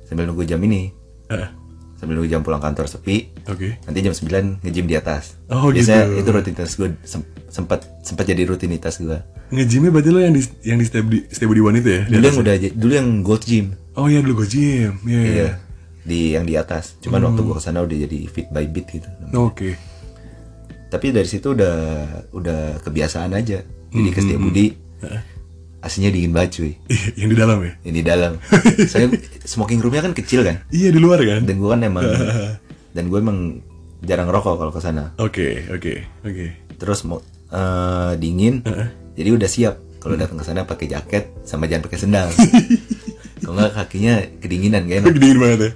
Speaker 1: sambil nunggu jam ini,
Speaker 2: Ah,
Speaker 1: sambil nunggu jam pulang kantor sepi.
Speaker 2: Oke.
Speaker 1: Nanti jam 9 nge-gym di atas.
Speaker 2: Oh,
Speaker 1: Biasanya
Speaker 2: gitu.
Speaker 1: itu rutinitas gue sempat sempat jadi rutinitas gue.
Speaker 2: Ngejimnya berarti lo yang di yang di Setiabudi, Setiabudi One itu ya? Di
Speaker 1: Dulu
Speaker 2: atas
Speaker 1: yang
Speaker 2: ya?
Speaker 1: udah j- dulu yang gold gym,
Speaker 2: Oh iya dulu gue gym. Iya. Hmm. iya.
Speaker 1: iya. Di yang di atas. Cuman waktu gue kesana udah jadi fit by bit gitu.
Speaker 2: Oh, Oke.
Speaker 1: tapi dari situ udah udah kebiasaan aja
Speaker 2: Hmm,
Speaker 1: jadi ke setiap budi aslinya dingin banget cuy
Speaker 2: Iya, yang di dalam ya.
Speaker 1: ini dalam saya smoking roomnya kan kecil kan
Speaker 2: Iya di luar kan.
Speaker 1: dan gue kan emang dan gue emang jarang rokok kalau ke sana
Speaker 2: Oke, oke, oke.
Speaker 1: terus mau eh, dingin jadi udah siap kalau
Speaker 2: Hmm.
Speaker 1: datang ke sana pakai jaket sama jangan pakai sendal kalau nggak kakinya kedinginan gak enak
Speaker 2: Gede dingin banget ya.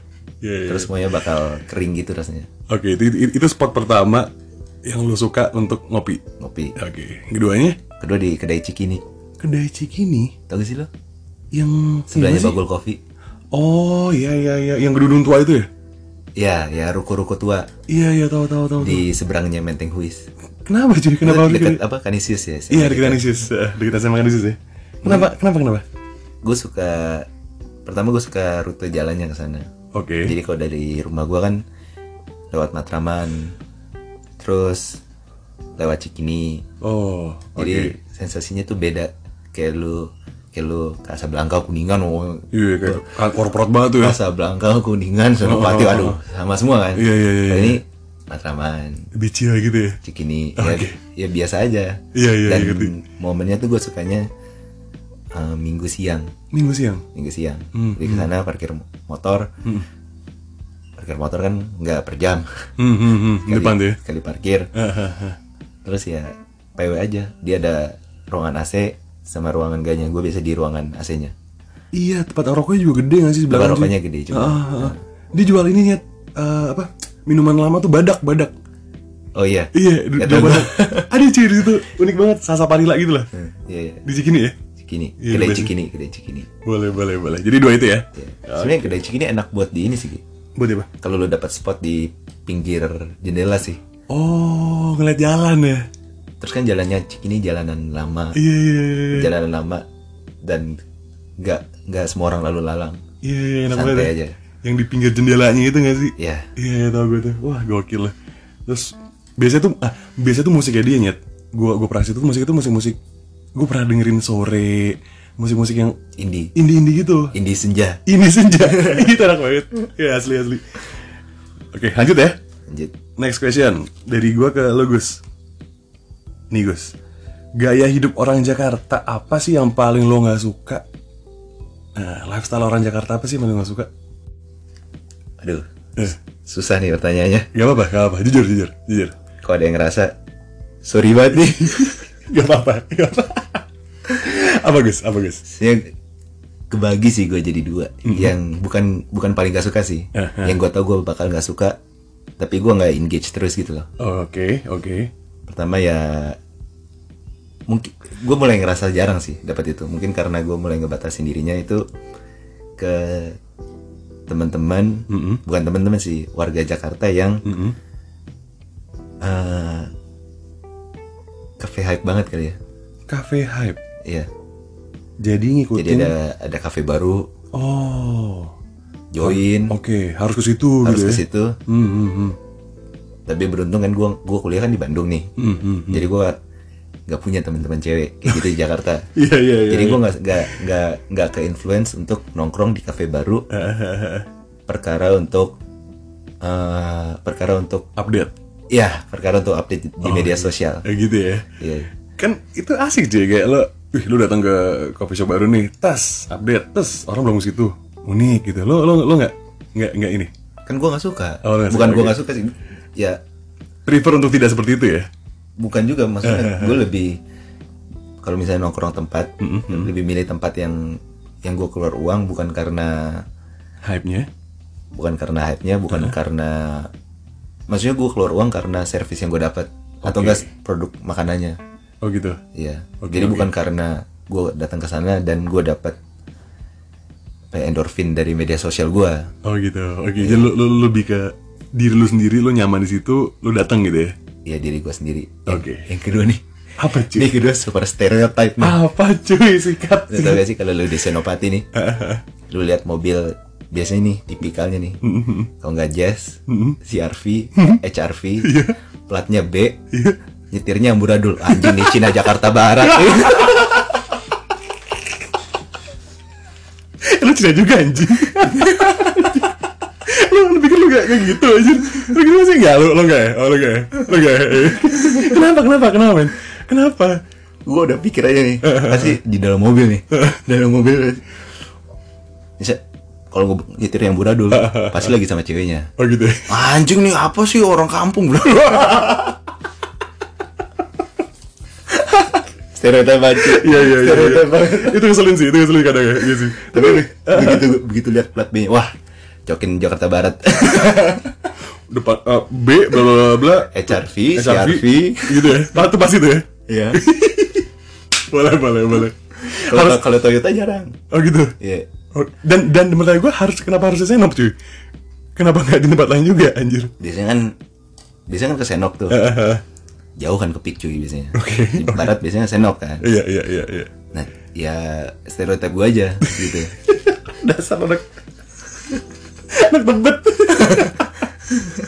Speaker 2: Iya. iya.
Speaker 1: terus semuanya bakal kering gitu rasanya
Speaker 2: Oke, itu, itu, itu spot pertama yang lo suka untuk ngopi.
Speaker 1: ngopi
Speaker 2: Oke. Keduanya
Speaker 1: kedua di kedai Cikini
Speaker 2: kedai Cikini
Speaker 1: tau gak sih
Speaker 2: Iya
Speaker 1: lo
Speaker 2: yang
Speaker 1: sebelahnya Bagul Coffee
Speaker 2: Oh iya iya iya yang gedung tua itu ya?
Speaker 1: ya ya ruko-ruko tua
Speaker 2: Iya iya tahu tahu tahu.
Speaker 1: di seberangnya Menteng Huis.
Speaker 2: Kenapa cuy? Kenapa harus
Speaker 1: dekat
Speaker 2: kedai?
Speaker 1: apa Kanisius ya?
Speaker 2: Iya dekat Anisis, eh, dekat SMA Anisis ya. Kenapa kenapa kenapa?
Speaker 1: Gue suka pertama gue suka rute jalannya ke sana.
Speaker 2: Oke.
Speaker 1: Jadi kalau dari rumah gue kan lewat Matraman, terus lewat Cikini.
Speaker 2: Oh oke.
Speaker 1: Jadi sensasinya tuh beda kayak lu kayak lu Kasablanca Kuningan oh.
Speaker 2: Iya kayak kan- korporat banget tuh ya.
Speaker 1: Kasablanca Kuningan Senopati aduh sama semua kan.
Speaker 2: Oh. Iya, iya, iya,
Speaker 1: Kalau
Speaker 2: iya.
Speaker 1: Ini Matraman,
Speaker 2: Bicil gitu ya.
Speaker 1: Cikini ya-
Speaker 2: Oke.
Speaker 1: ya, biasa aja.
Speaker 2: Iya iya
Speaker 1: dan
Speaker 2: iya, ngerti.
Speaker 1: momennya tuh gue sukanya eh, minggu siang
Speaker 2: Minggu siang.
Speaker 1: minggu siang
Speaker 2: Hmm,
Speaker 1: jadi ke sana parkir motor parkir motor kan nggak per jam
Speaker 2: Hmm hmm hmm
Speaker 1: Sekali-
Speaker 2: depan tuh ya.
Speaker 1: sekali parkir
Speaker 2: Hahaha.
Speaker 1: terus ya pw aja dia ada ruangan AC sama ruangan ganya gue biasa di ruangan AC-nya
Speaker 2: Iya tempat rokoknya juga gede nggak sih sebelah
Speaker 1: Tempat
Speaker 2: kanan, cuy?
Speaker 1: rokoknya gede juga. Ya.
Speaker 2: Ah, ah, ah. Dia jual ini nyet eh, apa minuman lama tuh badak badak.
Speaker 1: oh iya
Speaker 2: Iya,
Speaker 1: Nggak
Speaker 2: jual
Speaker 1: tahu
Speaker 2: badak. Ada cuy di situ unik banget sasa parila gitu lah.
Speaker 1: Hmm, iya iya
Speaker 2: Di Cikini ya?
Speaker 1: cikini
Speaker 2: Iya,
Speaker 1: kedai
Speaker 2: biasa.
Speaker 1: cikini kedai cikini
Speaker 2: Boleh, boleh, boleh. Jadi dua itu ya?
Speaker 1: Iya. sebenarnya kedai cikini enak buat di ini sih Ki.
Speaker 2: Buat apa?
Speaker 1: kalau lu dapat spot di pinggir jendela sih
Speaker 2: Oh, ngeliat jalan ya?
Speaker 1: terus kan jalannya cikini jalanan lama
Speaker 2: Iya, iya, iya, iya.
Speaker 1: jalanan lama dan nggak nggak semua orang lalu lalang
Speaker 2: Iya, iya, enak
Speaker 1: Santai
Speaker 2: banget ya.
Speaker 1: aja.
Speaker 2: Yang di pinggir jendelanya itu gak sih?
Speaker 1: ya
Speaker 2: Iya, iya, tau gue tuh. Wah, gokil lah. Terus, biasanya tuh, ah, biasanya tuh musiknya dia nyet. Gue gua perhatiin tuh musik itu musik-musik. Gue pernah dengerin sore, musik-musik yang
Speaker 1: indie
Speaker 2: indie-indie gitu.
Speaker 1: indie senja
Speaker 2: Ini senja. itu enak banget. Ya, asli, asli. Oke, lanjut ya.
Speaker 1: lanjut
Speaker 2: Next question dari gua ke lo Gus. Nih Gus, gaya hidup orang Jakarta apa sih yang paling lo nggak suka? Nah, lifestyle orang Jakarta apa sih yang paling lo nggak suka?
Speaker 1: aduh
Speaker 2: Eh,
Speaker 1: susah nih pertanyaannya
Speaker 2: gak apa-apa, gak apa-apa. Jujur, jujur, jujur.
Speaker 1: kalau ada yang ngerasa sorry banget nih
Speaker 2: Gak apa-apa, gak apa. apa Gus? Apa Gus?
Speaker 1: Saya kebagi sih gue jadi dua yang bukan bukan paling gak suka sih
Speaker 2: Mm-hmm. Eh, eh.
Speaker 1: yang gue tau gue bakal gak suka tapi gue nggak engage terus gitu loh
Speaker 2: Oke, oke.
Speaker 1: pertama ya mungkin gue mulai ngerasa jarang sih dapat itu mungkin karena gue mulai ngebatasin dirinya itu ke teman-teman
Speaker 2: Mm-hmm.
Speaker 1: bukan teman-teman sih warga Jakarta yang eh, cafe hype banget kali ya
Speaker 2: Cafe hype.
Speaker 1: iya
Speaker 2: Jadi ngikutin.
Speaker 1: Jadi ada ada kafe baru,
Speaker 2: Oh.
Speaker 1: join,
Speaker 2: Oke, harus ke situ
Speaker 1: harus
Speaker 2: gitu
Speaker 1: ke
Speaker 2: ya.
Speaker 1: situ.
Speaker 2: Hmm, hmm, hmm.
Speaker 1: Tapi beruntung kan gua gua kuliah kan di Bandung nih.
Speaker 2: Hmm, hmm.
Speaker 1: Jadi gua nggak punya teman-teman cewek kayak gitu di Jakarta.
Speaker 2: Iya, iya, iya.
Speaker 1: Jadi gua nggak nggak nggak nggak ke influence untuk nongkrong di kafe baru. perkara untuk eh, perkara untuk
Speaker 2: update.
Speaker 1: ya perkara untuk update di media sosial.
Speaker 2: Ya gitu ya.
Speaker 1: Iya.
Speaker 2: Kan itu asik sih kayak lo, wih lu datang ke coffee shop baru nih, tas, update, tas, orang belum ke situ. Unik gitu. Lo lo lo nggak nggak nggak ini.
Speaker 1: Kan gua nggak suka.
Speaker 2: Oh, nggak
Speaker 1: bukan
Speaker 2: suka,
Speaker 1: gua
Speaker 2: oke.
Speaker 1: nggak suka sih. Ya
Speaker 2: Prefer untuk tidak seperti itu ya.
Speaker 1: bukan juga maksudnya gue lebih kalau misalnya nongkrong tempat
Speaker 2: Mm-hmm.
Speaker 1: lebih milih tempat yang yang gue keluar uang bukan karena
Speaker 2: Hype-nya.
Speaker 1: bukan karena hype-nya bukan karena maksudnya gue keluar uang karena servis yang gue dapat atau
Speaker 2: Oke.
Speaker 1: enggak produk makanannya
Speaker 2: Oh gitu.
Speaker 1: Iya.
Speaker 2: Oke,
Speaker 1: Jadi
Speaker 2: oke.
Speaker 1: bukan karena gue datang ke sana dan gue dapat apa ya, endorfin dari media sosial gue.
Speaker 2: Oh gitu. Oke, jadi lu, lu, lu lebih ke diri lu sendiri, lu nyaman di situ, lu datang gitu ya.
Speaker 1: Ya diri gue sendiri.
Speaker 2: Oke.
Speaker 1: Yang kedua nih.
Speaker 2: Apa
Speaker 1: Ini
Speaker 2: cuy?
Speaker 1: kedua super stereotype
Speaker 2: Ah,
Speaker 1: nih.
Speaker 2: Apa cuy sikat?
Speaker 1: Lu tau gak sih kalau lu di Senopati nih. lu lihat mobil biasanya nih tipikalnya nih. kalau nggak Jazz, CRV, HRV, platnya B, nyetirnya amburadul anjing nih Cina Jakarta Barat.
Speaker 2: lu Eh, tidak juga anjing lu lu pikir lu gak kayak gitu anjing lu gitu sih enggak lu lu enggak ya oh lu enggak ya lu enggak ya kenapa kenapa kenapa men kenapa
Speaker 1: gue udah pikir aja nih pasti di dalam mobil nih dalam mobil bisa kalau gue nyetir yang buradul pasti lagi sama ceweknya
Speaker 2: oh gitu ya
Speaker 1: anjing nih apa sih orang kampung bro stereotip banget cuy.
Speaker 2: iya iya iya iya.
Speaker 1: stereotip banget
Speaker 2: itu ngeselin sih itu ngeselin kadang ya iya sih
Speaker 1: tapi begitu begitu lihat plat B wah cokin Jakarta Barat
Speaker 2: depan eh, B bla bla bla bla
Speaker 1: HRV
Speaker 2: SRV,
Speaker 1: CRV
Speaker 2: gitu ya Nah, itu pasti itu ya
Speaker 1: ya
Speaker 2: boleh boleh boleh
Speaker 1: kalau kalau Toyota jarang
Speaker 2: oh gitu
Speaker 1: ya
Speaker 2: Oh, dan dan menurut gue harus kenapa harus di senop cuy kenapa nggak di tempat lain juga anjir
Speaker 1: biasanya kan biasanya kan ke Senok tuh jauh kan ke Pik cuy biasanya di barat biasanya Senok kan
Speaker 2: iya iya iya iya
Speaker 1: nah ya stereotip gua aja gitu
Speaker 2: dasar anak anak bebet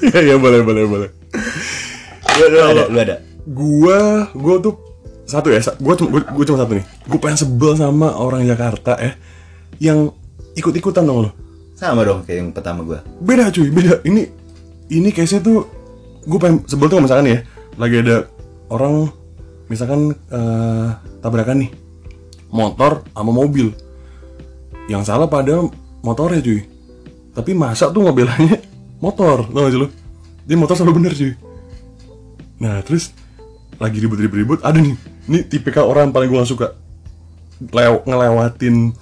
Speaker 2: ya ya boleh boleh boleh
Speaker 1: lu, lu ada lu ada
Speaker 2: gua gua tuh satu ya sa- gua cuma gua, gua cuma satu nih gua pengen sebel sama orang Jakarta ya yang ikut-ikutan dong lo
Speaker 1: sama dong kayak yang pertama gua
Speaker 2: beda cuy beda ini ini case nya tuh gue pengen sebel tuh misalkan ya lagi ada orang misalkan eh, tabrakan nih motor sama mobil yang salah pada motornya cuy tapi masa tuh ngebelanya motor tau gak sih lo jadi motor selalu bener cuy nah terus lagi ribut-ribut-ribut ada nih ini tipikal orang yang paling gue gak suka lew- ngelewatin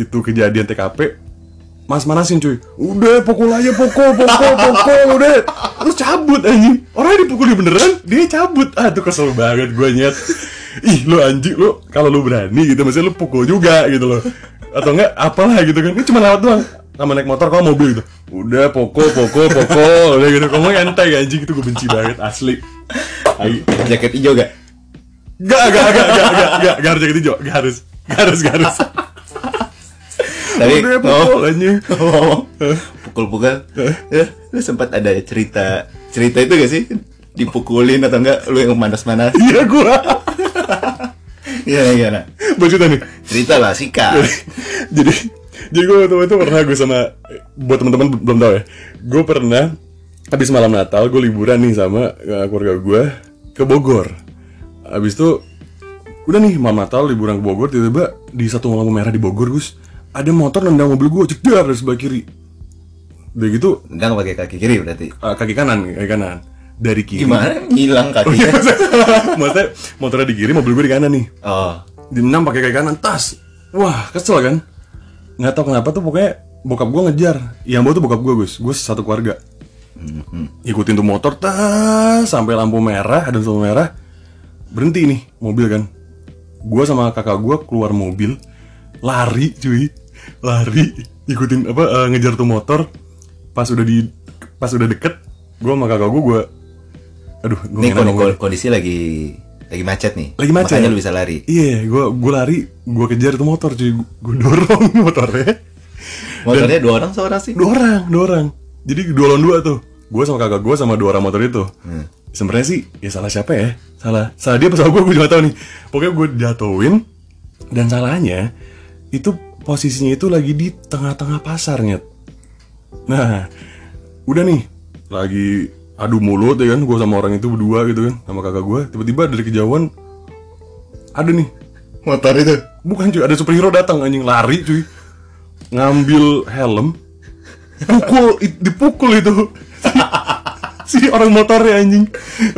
Speaker 2: itu kejadian TKP Mas manasin cuy Udah pukul aja pukul pukul pukul udah Lu cabut anjing Orang dipukulin beneran dia cabut Ah tuh kesel banget gue nyet Ih lu anjing lu kalau lu berani gitu Maksudnya lu pukul juga gitu loh Atau enggak apalah gitu kan Ini cuma lewat doang sama naik motor kalau mobil gitu Udah pukul pukul pukul Udah gitu Kamu nyantai anjing itu gue benci banget asli Ai.
Speaker 1: jaket hijau gak
Speaker 2: Gak gak gak gak gak gak Gak harus jaket hijau Gak harus Gak harus gak harus
Speaker 1: tapi oh,
Speaker 2: Udah pukul anjing
Speaker 1: pukul-pukul ya, lu sempat ada cerita cerita itu gak sih dipukulin atau enggak lu yang manas-manas
Speaker 2: Iya gue
Speaker 1: iya iya nah.
Speaker 2: Bercerita nih
Speaker 1: cerita lah sikat
Speaker 2: jadi jadi gue waktu itu pernah gue sama buat teman-teman belum tahu ya gue pernah habis malam Natal gue liburan nih sama eh, keluarga gue ke Bogor habis itu udah nih malam Natal liburan ke Bogor tiba-tiba di satu lampu merah di Bogor Gus ada motor nendang mobil gue jedar dari sebelah kiri udah gitu
Speaker 1: enggak pakai kaki kiri berarti
Speaker 2: eh, kaki kanan kaki kanan dari kiri
Speaker 1: gimana hilang
Speaker 2: Iya,
Speaker 1: kakinya
Speaker 2: maksudnya- maksudnya motornya di kiri mobil gue di kanan nih
Speaker 1: oh
Speaker 2: Dendam pakai kaki kanan tas. Wah, kesel kan? Nggak tahu kenapa tuh pokoknya bokap gue ngejar. Yang bawa tuh bokap gue, Gus. Gue satu keluarga. Ikutin tuh motor tas sampai lampu merah, ada lampu merah. Berhenti nih mobil kan. Gue sama kakak gue keluar mobil, lari cuy. Lari ikutin apa eh, ngejar tuh motor. Pas udah di pas udah deket, gue sama kakak gue gue aduh gue
Speaker 1: Ini kon- kon- kondisi lagi Lagi macet ya? nih.
Speaker 2: Lagi macet.
Speaker 1: Makanya lu bisa lari.
Speaker 2: Iya, gua gue lari, gue kejar itu motor cuy, gue dorong motornya.
Speaker 1: Motornya dua orang seorang sih.
Speaker 2: Dua orang, dua orang. Jadi dua lawan dua tuh. Gue sama kakak gue sama dua orang motor itu. Sebenarnya sih, ya salah siapa ya? Salah, salah dia pas gue, gue juga gak tahu nih. Pokoknya gue jatuhin dan salahnya itu posisinya itu lagi di tengah-tengah pasarnya. Nah, udah nih lagi adu mulut ya kan gue sama orang itu berdua gitu kan sama kakak gue tiba-tiba dari kejauhan ada nih
Speaker 1: Motor itu.
Speaker 2: Bukan cuy, ada superhero datang anjing lari cuy. Ngambil helm. Pukul i- dipukul itu. Si, si orang motornya anjing.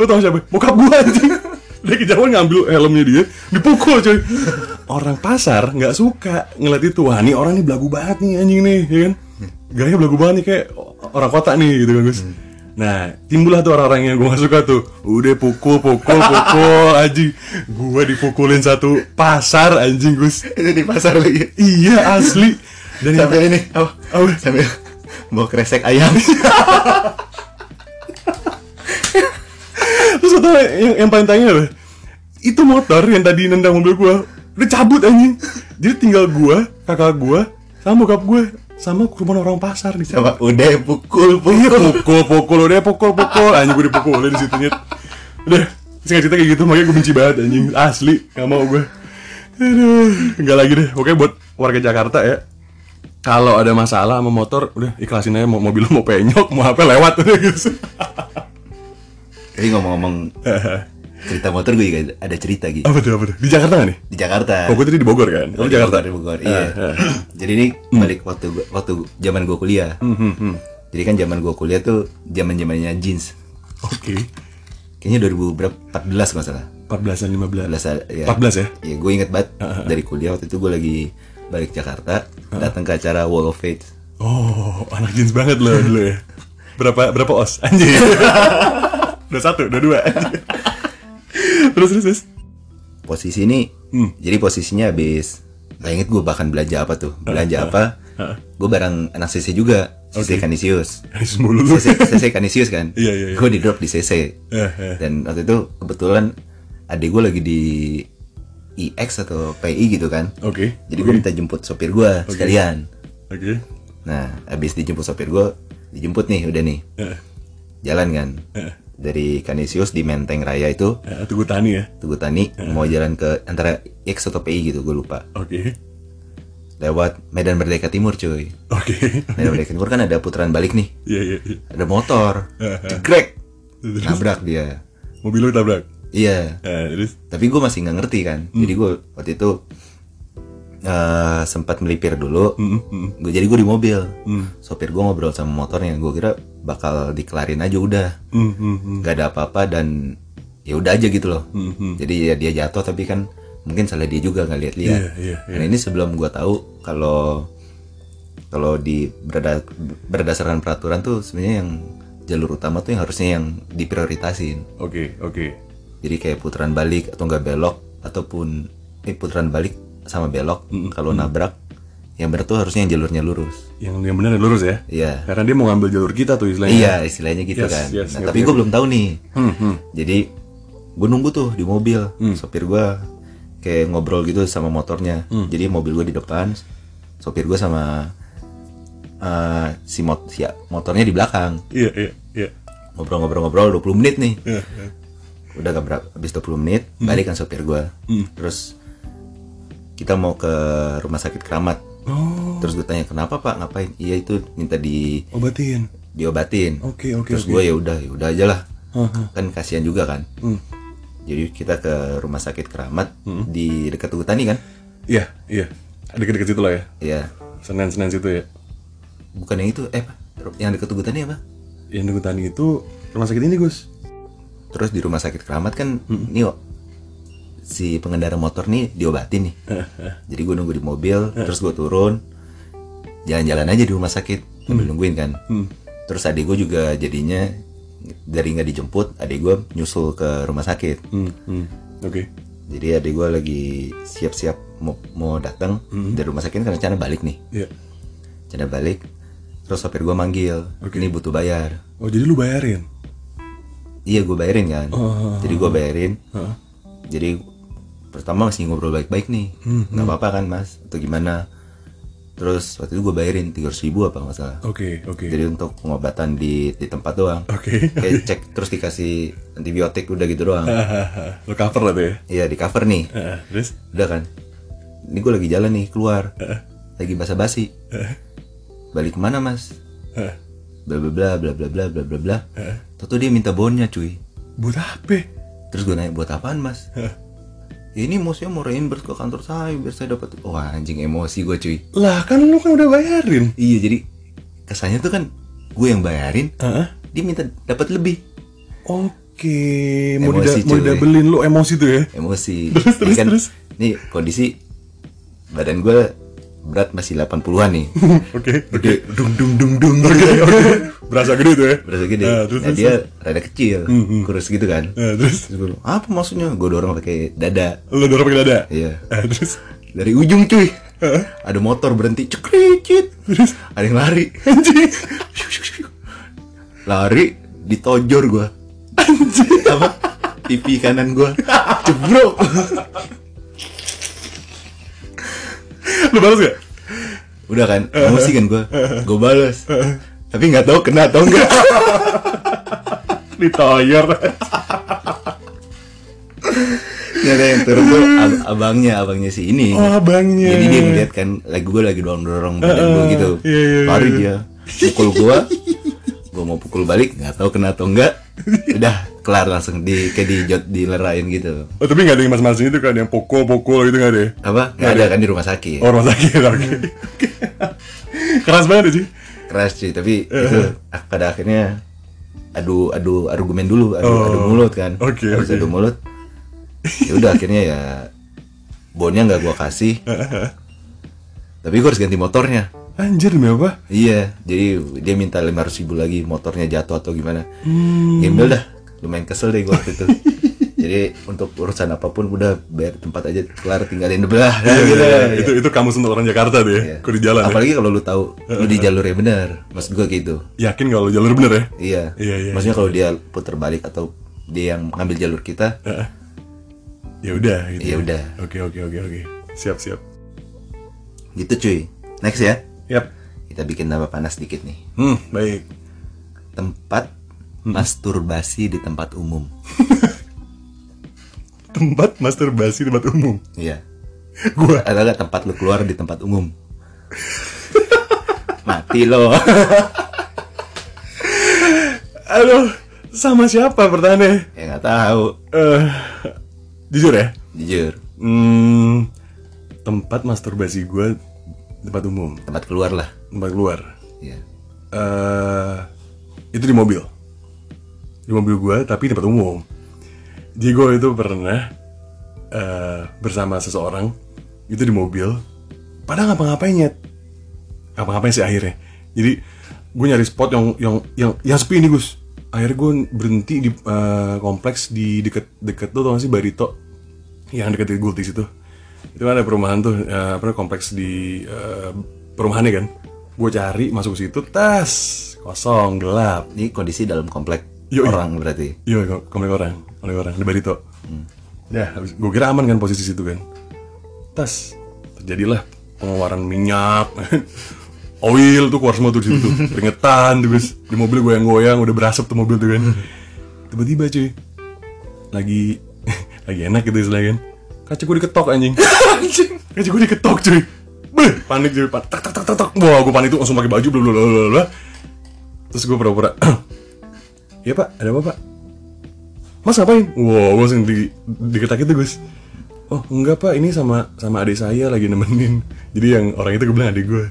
Speaker 2: Lu tau siapa? Bokap gua anjing. Dia kejauhan ngambil helmnya dia, dipukul cuy. Orang pasar nggak suka ngeliat itu. Wah, ini orang nih belagu banget nih anjing nih, ya kan? Gaya belagu banget nih kayak orang kota nih gitu kan, Gus. Nah, timbullah tuh orang-orang yang gue gak suka tuh Udah pukul, pukul, pukul, anjing Gue dipukulin satu pasar, anjing, Gus
Speaker 1: Itu di pasar lagi.
Speaker 2: Iya asli Dan yang-
Speaker 1: Sampai ini. Oh, oh. Sambil bawa kresek ayam.
Speaker 2: Terus kata yang, yang paling tanya apa? Itu motor yang tadi nendang mobil gua Udah cabut anjing Jadi tinggal gua, kakak gua, sama bokap gua Sama kerumunan orang pasar di
Speaker 1: Sama udah pukul
Speaker 2: Iya
Speaker 1: pukul.
Speaker 2: pukul pukul udah pukul pukul anjing gue dipukulin di situnya. Udah singkat cerita kayak gitu makanya gue benci banget anjing asli nggak mau gue. Aduh nggak lagi deh. Oke buat warga Jakarta ya. Kalau ada masalah sama motor, udah ikhlasin aja mau mobil lu mau penyok, mau apa lewat udah gitu.
Speaker 1: Jadi ngomong-ngomong cerita motor gue juga ada cerita gitu
Speaker 2: apa tuh apa tuh? Di Jakarta nggak nih?
Speaker 1: di Jakarta.
Speaker 2: Oh, gue tadi di Bogor kan? Kamu
Speaker 1: Di
Speaker 2: Jakarta? Ah, Hmm.
Speaker 1: Bogor, di Bogor, iya. Jadi ini balik waktu gua- waktu zaman gue kuliah. Jadi kan zaman gue kuliah tuh zaman zamannya jeans.
Speaker 2: Oke.
Speaker 1: Kayaknya 2014 nggak salah.
Speaker 2: 14-an, 15
Speaker 1: 14 ya.
Speaker 2: 14 ya? ah.
Speaker 1: Ya gue inget banget dari kuliah waktu itu gue lagi balik Jakarta datang ke acara Wall of Fate.
Speaker 2: Oh, anak jeans banget lo dulu ya. Berapa berapa os? Anjir. udah satu, udah dua. anjing. terus terus terus.
Speaker 1: Posisi ini
Speaker 2: Hmm.
Speaker 1: jadi posisinya habis Gak inget gue bahkan belanja apa tuh
Speaker 2: Ah,
Speaker 1: Belanja apa Gue bareng anak CC juga CC Kanisius
Speaker 2: Ini semulu lu.
Speaker 1: CC, CC Kanisius kan
Speaker 2: Iya, iya, iya.
Speaker 1: Gue di drop di CC
Speaker 2: Eh, eh.
Speaker 1: Dan waktu itu kebetulan Adik gue lagi di IX atau PI gitu kan
Speaker 2: Oke.
Speaker 1: Jadi gue minta jemput sopir gue sekalian
Speaker 2: Oke.
Speaker 1: Nah habis dijemput sopir gue Dijemput nih udah nih
Speaker 2: Eh,
Speaker 1: Jalan kan
Speaker 2: eh.
Speaker 1: Dari Kanisius di Menteng Raya itu
Speaker 2: Eh, Tunggu tani ya.
Speaker 1: Tugu Tani mau jalan ke antara X atau PI gitu gue lupa
Speaker 2: Oke.
Speaker 1: lewat Medan Merdeka Timur cuy
Speaker 2: Oke.
Speaker 1: Medan Merdeka Timur kan ada putaran balik nih
Speaker 2: Iya iya iya. Eh,
Speaker 1: ada motor jegrek nabrak dia
Speaker 2: Mobil lu tabrak.
Speaker 1: iya
Speaker 2: Eh, terus
Speaker 1: tapi gue masih nggak ngerti kan
Speaker 2: Hmm.
Speaker 1: jadi gue waktu itu eh, sempat melipir dulu
Speaker 2: Hmm,
Speaker 1: gue jadi gue di mobil sopir gue ngobrol sama motornya gue kira bakal dikelarin aja udah
Speaker 2: Hmm, hmm, hmm.
Speaker 1: nggak ada apa-apa dan ya udah aja gitu loh jadi ya dia jatuh tapi kan mungkin salah dia juga nggak lihat-lihat
Speaker 2: Iya, iya, iya.
Speaker 1: Nah, ini sebelum gua tahu kalau kalau di berda- berdasarkan peraturan tuh sebenarnya yang jalur utama tuh yang harusnya yang diprioritasin.
Speaker 2: Oke, oke.
Speaker 1: Jadi kayak putaran balik atau nggak belok ataupun eh putaran balik sama belok kalau nabrak yang benar tuh harusnya yang jalurnya lurus.
Speaker 2: Yang yang benar dan lurus ya.
Speaker 1: Iya.
Speaker 2: Karena dia mau ngambil jalur kita tuh istilahnya.
Speaker 1: Iya, istilahnya gitu
Speaker 2: Yes,
Speaker 1: kan.
Speaker 2: yes,
Speaker 1: Nah,
Speaker 2: ngerti,
Speaker 1: tapi gue belum tahu nih.
Speaker 2: Hmm, hmm.
Speaker 1: Jadi gue nunggu tuh di mobil, sopir gue kayak ngobrol gitu sama motornya.
Speaker 2: Hmm.
Speaker 1: Jadi mobil gue di depan, sopir gue sama eh, si mot si motornya di belakang.
Speaker 2: Iya, iya, iya.
Speaker 1: Ngobrol-ngobrol-ngobrol 20 menit nih.
Speaker 2: Iya, iya.
Speaker 1: Udah gak berapa, habis 20 menit
Speaker 2: Hmm.
Speaker 1: balik kan sopir gue. Terus kita mau ke rumah sakit keramat.
Speaker 2: Oh,
Speaker 1: Terus gue tanya kenapa pak ngapain? Iya itu minta di
Speaker 2: obatin.
Speaker 1: diobatin.
Speaker 2: Oh, Oke, oke,
Speaker 1: Terus
Speaker 2: oke.
Speaker 1: gue ya udah, ya udah aja lah. Kan kasihan juga kan.
Speaker 2: Hmm.
Speaker 1: Jadi kita ke rumah sakit keramat di dekat Tugu Tani kan?
Speaker 2: Iya, iya. Deket-deket situ lah ya.
Speaker 1: Iya.
Speaker 2: Senin-senin situ ya.
Speaker 1: Bukan yang itu, eh apa? yang dekat Tugu Tani apa?
Speaker 2: Yang nunggu tani itu rumah sakit ini, Gus.
Speaker 1: Terus di rumah sakit keramat kan,
Speaker 2: Hmm.
Speaker 1: nih oh, si pengendara motor nih diobatin nih.
Speaker 2: Eh.
Speaker 1: Jadi gue nunggu di mobil, terus gue turun, jalan-jalan aja di rumah sakit
Speaker 2: Hmm.
Speaker 1: sambil nungguin kan. Terus adik gue juga jadinya dari nggak dijemput, adik gue nyusul ke rumah sakit.
Speaker 2: Hmm, hmm. Oke.
Speaker 1: Jadi adik gue lagi siap-siap mau, mau datang
Speaker 2: Hmm.
Speaker 1: dari rumah sakit karena rencana balik nih.
Speaker 2: Iya.
Speaker 1: Rencana balik. Terus sopir gue manggil,
Speaker 2: Oke.
Speaker 1: ini butuh bayar.
Speaker 2: Oh, jadi lu bayarin?
Speaker 1: Iya gue bayarin kan.
Speaker 2: Oh.
Speaker 1: Jadi gue bayarin. jadi pertama masih ngobrol baik-baik nih
Speaker 2: Hmm,
Speaker 1: nggak apa-apa kan mas atau gimana terus waktu itu gue bayarin 300 ribu apa nggak salah
Speaker 2: Oke, oke.
Speaker 1: jadi untuk pengobatan di di tempat doang
Speaker 2: Oke.
Speaker 1: kayak cek terus dikasih antibiotik udah gitu doang
Speaker 2: Lo cover lah tuh ya.
Speaker 1: iya di cover nih
Speaker 2: Heeh, Terus?
Speaker 1: udah kan ini gue lagi jalan nih keluar lagi basa-basi balik kemana mas
Speaker 2: Heeh.
Speaker 1: bla bla bla bla bla bla bla bla bla Tau-tau dia minta bonnya cuy
Speaker 2: Buat apa?
Speaker 1: Terus gue nanya buat apaan mas? ya ini mau saya mau reimburse ke kantor saya biar saya dapat. Wah anjing emosi gue cuy.
Speaker 2: Lah kan lu kan udah bayarin.
Speaker 1: Iya jadi kesannya tuh kan gue yang bayarin,
Speaker 2: Heeh.
Speaker 1: dia minta dapat lebih
Speaker 2: Oke, mau
Speaker 1: Emosi,
Speaker 2: dida- mau
Speaker 1: cuy.
Speaker 2: didabelin lu emosi tuh ya.
Speaker 1: emosi.
Speaker 2: Terus,
Speaker 1: Ini kan
Speaker 2: terus, terus.
Speaker 1: Ini kondisi badan gue berat masih 80-an nih.
Speaker 2: Oke, oke. Dung dung dung dung. Oke, oke. Berasa gede tuh ya.
Speaker 1: Berasa gede.
Speaker 2: Ah, terus,
Speaker 1: nah
Speaker 2: terus, Mhm.
Speaker 1: dia rada kecil, kurus gitu kan.
Speaker 2: Eh, terus
Speaker 1: Terus gue, apa maksudnya? Gue dorong pakai dada.
Speaker 2: lu dorong pakai dada.
Speaker 1: Iya.
Speaker 2: Eh, terus
Speaker 1: Dari ujung cuy. Ada motor berhenti, cekricit. Ada yang lari. lari ditojor gua. Apa? Pipi kanan gua. Jebrok.
Speaker 2: lu balas gak?
Speaker 1: Udah kan, emosi kan gua. Gua balas. Tapi nggak tahu kena atau enggak.
Speaker 2: Ditoyor.
Speaker 1: ada yang turun gua ab- abangnya, abangnya si ini.
Speaker 2: Oh, abangnya.
Speaker 1: Jadi dia ngeliat kan lagi gua lagi dorong-dorong badan gua gitu.
Speaker 2: iya, iya,
Speaker 1: Lari dia. Pukul gua. Gua mau pukul balik, nggak tahu kena atau enggak. Udah kelar langsung di kayak di dilerain gitu.
Speaker 2: Oh, tapi gak ada yang mas-mas itu kan yang pokok-pokok gitu gak ada ya?
Speaker 1: Apa? Nggak ada kan di rumah sakit.
Speaker 2: Oh, rumah sakit. Oke. Keras banget ya, sih.
Speaker 1: keras cuy tapi
Speaker 2: Iya.
Speaker 1: itu ah, pada akhirnya adu adu argumen dulu adu
Speaker 2: Oh.
Speaker 1: adu mulut kan
Speaker 2: Oke,
Speaker 1: Habis
Speaker 2: oke.
Speaker 1: adu mulut ya udah akhirnya ya bonnya nggak gua kasih tapi gua harus ganti motornya
Speaker 2: Anjir demi apa?
Speaker 1: iya jadi dia minta lima ribu lagi motornya jatuh atau gimana
Speaker 2: Hmm.
Speaker 1: Gembel dah lumayan kesel deh gua waktu itu jadi untuk urusan apapun udah bayar tempat aja kelar tinggalin belah gitu
Speaker 2: Iya, itu itu kamus untuk orang Jakarta tuh ya.
Speaker 1: Iya.
Speaker 2: Kok di jalan ya.
Speaker 1: apalagi kalau lu tahu lu di jalur yang benar maksud gua gitu
Speaker 2: Yakin kalau jalur bener ya?
Speaker 1: Iya.
Speaker 2: Iya, iya,
Speaker 1: Maksudnya kalau dia putar balik atau dia yang ngambil jalur kita,
Speaker 2: Heeh. Ya udah gitu.
Speaker 1: ya udah.
Speaker 2: Oke, oke, oke, oke. Siap, siap.
Speaker 1: Gitu cuy. Next ya.
Speaker 2: Yap.
Speaker 1: Kita bikin tambah panas dikit nih.
Speaker 2: Hmm, baik.
Speaker 1: Tempat
Speaker 2: Hmm.
Speaker 1: masturbasi di tempat umum.
Speaker 2: Tempat masturbasi tempat umum.
Speaker 1: Iya.
Speaker 2: Gua
Speaker 1: Atau nggak tempat lu keluar di tempat umum. Mati lo.
Speaker 2: aduh, sama siapa bertanya?
Speaker 1: ya nggak tahu.
Speaker 2: Eh jujur ya.
Speaker 1: Jujur.
Speaker 2: Hmm, tempat masturbasi gua tempat umum,
Speaker 1: Tempat keluar lah.
Speaker 2: tempat keluar.
Speaker 1: Iya.
Speaker 2: Eh itu di mobil. Di mobil gua tapi tempat umum. Jadi gua itu pernah eh bersama seseorang itu di mobil. Padahal ngapa-ngapain nyet. Ngapa-ngapain sih akhirnya. Jadi gue nyari spot yang yang yang yang sepi nih Gus. Akhirnya gue berhenti di eh, kompleks di deket deket tuh tau gak sih Barito yang deket di Gultis itu. Itu kan ada perumahan tuh, eh, apa namanya, kompleks di eh, perumahannya kan. Gue cari masuk ke situ, tas kosong gelap.
Speaker 1: Ini kondisi dalam komplek
Speaker 2: Yoi.
Speaker 1: orang berarti.
Speaker 2: Iya, kom- komplek orang, komplek orang di Barito. Ya, gue kira aman kan posisi situ kan. Tas, terjadilah pengeluaran minyak, oil tuh keluar semua tuh di situ, tuh. keringetan, tuh guys. Di mobil goyang-goyang, udah berasap tuh mobil tuh kan. Tiba-tiba cuy, lagi lagi enak gitu istilahnya kan. Kaca gue diketok anjing. Kaca gue diketok cuy. Beuh, panik cuy, pan- tak tak tak tak tak. Wah, gue panik tuh langsung pakai baju bla bla bla bla, bla. Terus gue pura-pura, Iya pak, ada apa pak? Mas ngapain? Wow, gue langsung di, diketak itu Gus Oh enggak pak, ini sama sama adik saya lagi nemenin Jadi yang orang itu gue bilang adik gue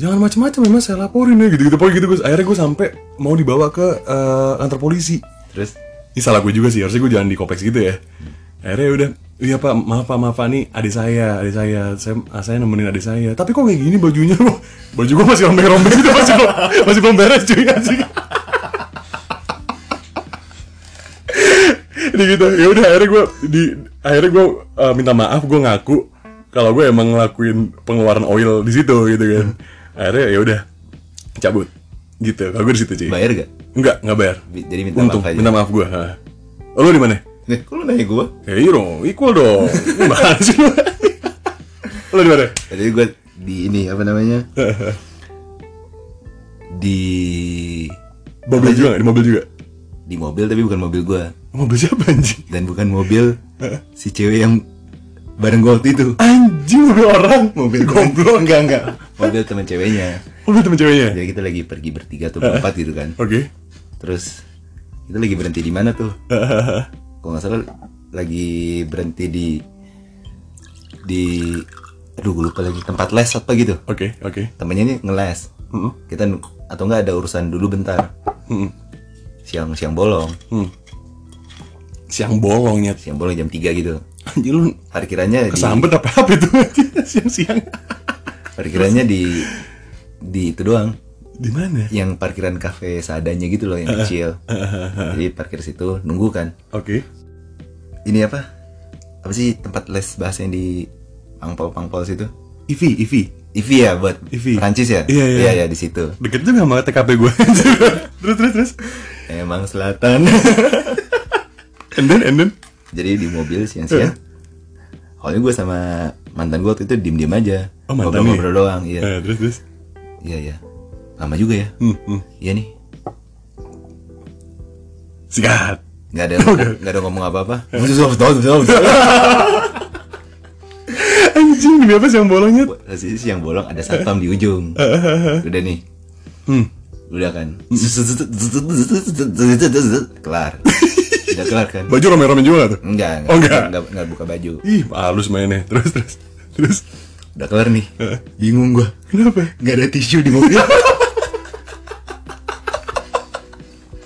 Speaker 2: Jangan macam-macam ya mas, saya laporin ya gitu-gitu Pokoknya gitu Gus, akhirnya gue sampai mau dibawa ke eh, kantor polisi
Speaker 1: Terus
Speaker 2: Ini salah gue juga sih, harusnya gue jangan di kompleks gitu ya Akhirnya udah, iya pak, maaf pak, maaf pak, nih adik saya, adik saya Saya, ah, saya nemenin adik saya Tapi kok kayak gini bajunya loh Baju gue masih rombeng-rombeng gitu, masih belum, masih belum beres cuy anjing. Jadi gitu ya udah akhirnya gue di akhirnya gue uh, minta maaf gue ngaku kalau gue emang ngelakuin pengeluaran oil di situ gitu kan akhirnya ya udah cabut gitu kalau gue di situ cuy
Speaker 1: bayar gak?
Speaker 2: enggak nggak bayar
Speaker 1: Bi- jadi minta
Speaker 2: untung
Speaker 1: maaf aja.
Speaker 2: minta maaf gue ha. Oh, lo di mana
Speaker 1: Nih, kok lu nanya gue?
Speaker 2: Ya iya dong, equal dong. Gimana sih lu? Lu di mana?
Speaker 1: Tadi gue di ini, apa namanya? di...
Speaker 2: Mobil juga, nggak? di mobil juga.
Speaker 1: Di mobil, tapi bukan mobil gue.
Speaker 2: Mobil siapa anjing?
Speaker 1: Dan bukan mobil si cewek yang bareng gue waktu itu.
Speaker 2: Anjing mobil orang.
Speaker 1: Mobil
Speaker 2: goblok enggak enggak.
Speaker 1: Mobil teman ceweknya.
Speaker 2: Mobil temen ceweknya.
Speaker 1: Jadi kita lagi pergi bertiga atau berempat gitu kan.
Speaker 2: Oke.
Speaker 1: Terus kita lagi berhenti di mana tuh? Kalau nggak salah lagi berhenti di di aduh gue lupa lagi tempat les apa gitu.
Speaker 2: Oke, oke.
Speaker 1: Temennya ini ngeles.
Speaker 2: Mm-mm.
Speaker 1: Kita nu- atau nggak ada urusan dulu bentar.
Speaker 2: Mm-mm.
Speaker 1: Siang-siang bolong.
Speaker 2: Hmm. Siang bolongnya.
Speaker 1: Siang bolong jam 3 gitu.
Speaker 2: Anjing lu
Speaker 1: Hari kiranya di
Speaker 2: kesambet apa apa itu siang-siang.
Speaker 1: hari kiranya di di itu doang
Speaker 2: Di mana?
Speaker 1: yang parkiran kafe seadanya gitu loh yang kecil. Jadi parkir situ nunggu kan.
Speaker 2: Oke.
Speaker 1: ini apa apa sih tempat les bahasa yang di pangpol pangpol situ
Speaker 2: Ivi, Ivi.
Speaker 1: IVI ya buat
Speaker 2: IVI.
Speaker 1: Prancis ya
Speaker 2: Iya, iya.
Speaker 1: iya di situ
Speaker 2: Deket juga sama TKP gue. terus terus terus.
Speaker 1: emang selatan
Speaker 2: And then and then.
Speaker 1: jadi di mobil siang siang
Speaker 2: Iya.
Speaker 1: awalnya gue sama mantan gue waktu itu diem diem aja
Speaker 2: Oh, mantan nih.
Speaker 1: ngobrol-ngobrol doang iya
Speaker 2: Eh, terus terus.
Speaker 1: iya iya lama juga ya
Speaker 2: Hmm, hmm.
Speaker 1: iya nih
Speaker 2: Sikat.
Speaker 1: nggak ada nggak ada ngomong apa apa
Speaker 2: Iya. Eh, Anjing demi apa siang bolongnya?
Speaker 1: siang bolong ada satpam di ujung udah nih
Speaker 2: Iya. Hmm.
Speaker 1: udah kan kelar udah kelar kan
Speaker 2: Baju rame-rame juga nggak tuh?
Speaker 1: enggak enggak,
Speaker 2: Oh, enggak.
Speaker 1: enggak enggak buka baju
Speaker 2: Ih, halus mainnya. Terus terus. Terus
Speaker 1: udah kelar nih
Speaker 2: Iya.
Speaker 1: bingung gua
Speaker 2: kenapa?
Speaker 1: nggak ada tisu di mobil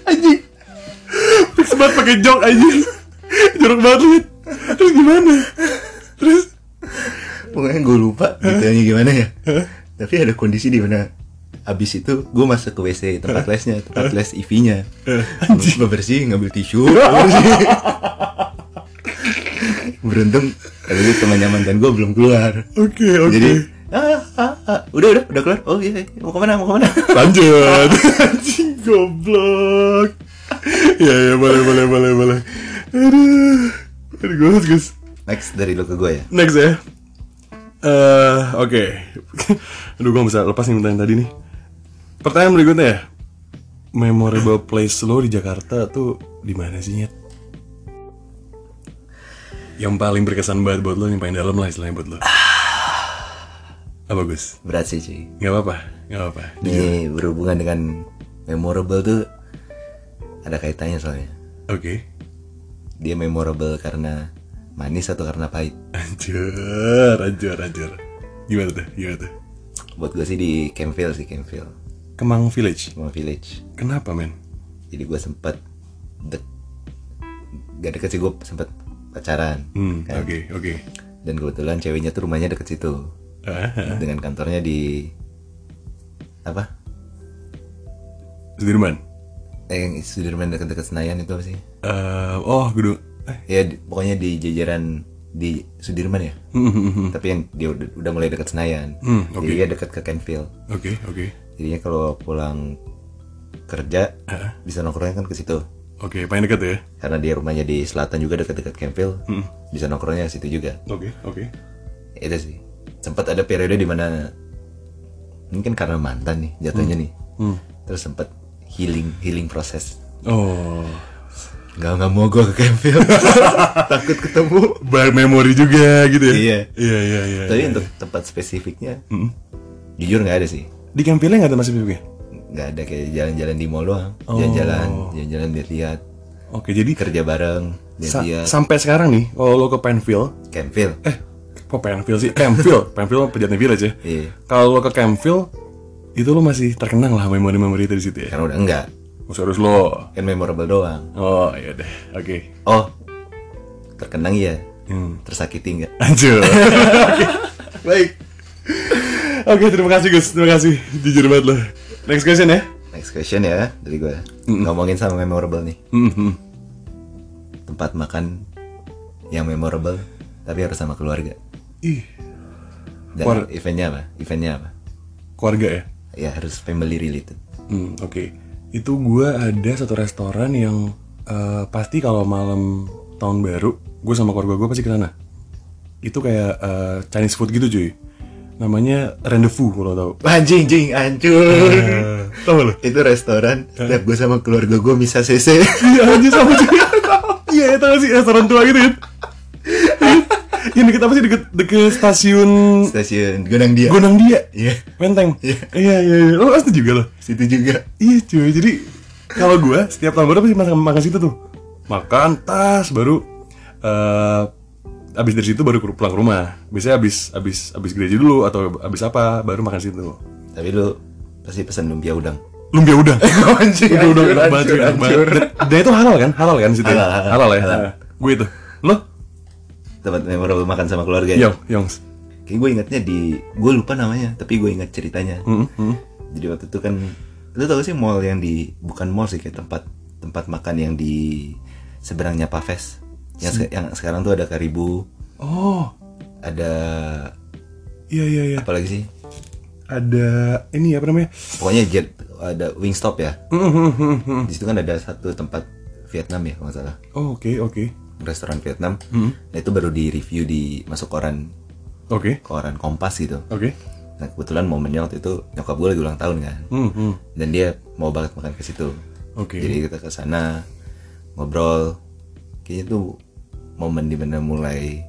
Speaker 2: Anjing. Fix banget pakai jok anjing. Jorok banget lu. Terus gimana? Terus
Speaker 1: pokoknya gua lupa detailnya gimana ya tapi ada kondisi di mana abis itu gua masuk ke wc tempat lesnya tempat les iv nya bebersih ngambil tisu bebersih. beruntung kalau itu temannya mantan gua belum keluar
Speaker 2: oke oke.
Speaker 1: jadi ah, ah, ah. udah udah udah keluar oh iya, iya. mau kemana mau kemana
Speaker 2: lanjut. anjing goblok. ya ya boleh boleh boleh boleh. Aduh. Aduh gus gus.
Speaker 1: next dari lo ke gue ya
Speaker 2: Next ya. Eh, oke. Aduh, gua nggak bisa lepas nih pertanyaan tadi nih. Pertanyaan berikutnya ya. Memorable place lo di Jakarta tuh di mana sih, Nyet? Yang paling berkesan banget buat lo, yang paling dalam lah istilahnya buat lo. Apa, Gus?
Speaker 1: berat sih cuy
Speaker 2: Gak apa-apa, gak apa-apa. Jujur.
Speaker 1: ini berhubungan dengan memorable tuh ada kaitannya soalnya
Speaker 2: Oke.
Speaker 1: dia memorable karena manis atau karena pahit
Speaker 2: Anjir, anjir, anjir. Gimana tuh, gimana tuh?
Speaker 1: buat gue sih di Campville sih Campville
Speaker 2: Kemang Village.
Speaker 1: Kemang Village
Speaker 2: Kenapa, men?
Speaker 1: jadi gue sempet dek gak deket sih gue sempet pacaran
Speaker 2: Hmm, oke, oke.
Speaker 1: dan kebetulan ceweknya tuh rumahnya deket situ
Speaker 2: Ah,
Speaker 1: dengan kantornya di apa
Speaker 2: Sudirman.
Speaker 1: eh, yang Sudirman deket-deket Senayan itu apa sih
Speaker 2: Eh, oh gedung eh,
Speaker 1: ya di- pokoknya di jajaran di Sudirman ya
Speaker 2: hmm, hmm, hmm.
Speaker 1: tapi yang dia udah, udah mulai dekat Senayan
Speaker 2: Hmm, oke.
Speaker 1: jadi dia dekat ke Kenfield
Speaker 2: oke oke
Speaker 1: jadinya kalau pulang kerja bisa nongkrongnya kan ke situ
Speaker 2: Eh, oke paling dekat ya Hmm.
Speaker 1: karena dia rumahnya di selatan juga dekat-dekat Kenfield bisa nongkrongnya ke situ juga
Speaker 2: oke oke
Speaker 1: itu sih sempat ada periode di mana mungkin karena mantan nih jatuhnya nih
Speaker 2: Hmm.
Speaker 1: terus sempat healing healing proses
Speaker 2: oh
Speaker 1: nggak nggak mau gue ke Kenfield takut ketemu
Speaker 2: bar memori juga gitu ya
Speaker 1: Iya.
Speaker 2: iya iya iya
Speaker 1: tapi
Speaker 2: iya.
Speaker 1: untuk tempat spesifiknya jujur nggak ada sih
Speaker 2: di kampilnya nggak ada ya? masih bibir
Speaker 1: nggak ada kayak jalan-jalan di mall doang jalan-jalan
Speaker 2: Oh.
Speaker 1: jalan-jalan lihat-lihat
Speaker 2: oke jadi
Speaker 1: kerja bareng
Speaker 2: sa-
Speaker 1: lihat-lihat
Speaker 2: sampai sekarang nih kalau lo ke Penfield
Speaker 1: campville
Speaker 2: eh kok Penfield sih Penfield Penfield pejaten village ya
Speaker 1: iya
Speaker 2: kalau lo ke Penfield itu lo masih terkenang lah memori-memori itu di situ ya
Speaker 1: karena udah enggak
Speaker 2: Masih harus lo
Speaker 1: kan memorable doang
Speaker 2: oh iya deh oke
Speaker 1: oh terkenang iya
Speaker 2: hmm.
Speaker 1: tersakiti enggak
Speaker 2: Anjir. Baik. Oke, terima kasih Gus. Terima kasih. Jujur banget lo. Next question ya.
Speaker 1: next question ya dari gue ngomongin sama memorable nih tempat makan yang memorable tapi harus sama keluarga
Speaker 2: Ih,
Speaker 1: dan
Speaker 2: Keluarga.
Speaker 1: eventnya apa eventnya apa
Speaker 2: keluarga ya.
Speaker 1: ya harus family related
Speaker 2: Hmm, oke. Itu gua ada satu restoran yang eh, pasti kalau malam tahun baru gue sama keluarga gue pasti ke sana itu kayak eh, Chinese food gitu cuy namanya rendezvous kalau tau
Speaker 1: Anjing, jing, hancur.
Speaker 2: tau lo
Speaker 1: Itu restoran, setiap gue sama keluarga gue bisa CC.
Speaker 2: iya anjir sama cuy iya itu nggak sih restoran tua gitu kan yang deket apa sih deket deket stasiun
Speaker 1: Stasiun Gondang Dia.
Speaker 2: Gondang Dia
Speaker 1: Iya,
Speaker 2: Menteng iya iya iya lo pasti juga lo
Speaker 1: situ juga.
Speaker 2: Iya cuy, jadi kalau gua setiap tahun baru pasti makan makan situ tuh. Makan tas baru eh abis dari situ baru pulang ke rumah. Biasanya abis abis abis gereja dulu atau abis apa baru makan situ.
Speaker 1: Tapi lu pasti pesan lumpia udang.
Speaker 2: Lumpia udang.
Speaker 1: Oh, Anjing,
Speaker 2: Udah udah enak banget, cuy, enak banget. Dan, dan itu halal kan? Halal kan situ? ya?
Speaker 1: Halal, halal.
Speaker 2: halal ya.
Speaker 1: Halal.
Speaker 2: Gue itu. Lo?
Speaker 1: Tempat memorable makan sama keluarga. ya?
Speaker 2: Yo, Yongs.
Speaker 1: Kayak gue ingatnya di, gue lupa namanya, tapi gue ingat ceritanya.
Speaker 2: Mm, mm.
Speaker 1: Jadi waktu itu kan, lu tau gak sih mall yang di, bukan mall sih kayak tempat tempat makan yang di seberangnya Paves. Yang, se- yang sekarang tuh ada Karibu,
Speaker 2: Oh,
Speaker 1: ada
Speaker 2: iya iya iya.
Speaker 1: apa lagi sih?
Speaker 2: Ada ini apa namanya?
Speaker 1: Pokoknya jet ada Wingstop ya.
Speaker 2: Mm, mm, mm, mm.
Speaker 1: Di situ kan ada satu tempat Vietnam ya kalau nggak salah,
Speaker 2: Oh, Oke oke
Speaker 1: restoran Vietnam. Nah, itu baru di review di masuk koran
Speaker 2: oke
Speaker 1: koran Kompas gitu.
Speaker 2: oke.
Speaker 1: Nah kebetulan momennya waktu itu nyokap gue lagi ulang tahun kan,
Speaker 2: Mm, mm.
Speaker 1: dan dia mau banget makan ke situ.
Speaker 2: Oke.
Speaker 1: Jadi kita ke sana ngobrol. Kayaknya tuh momen dimana mulai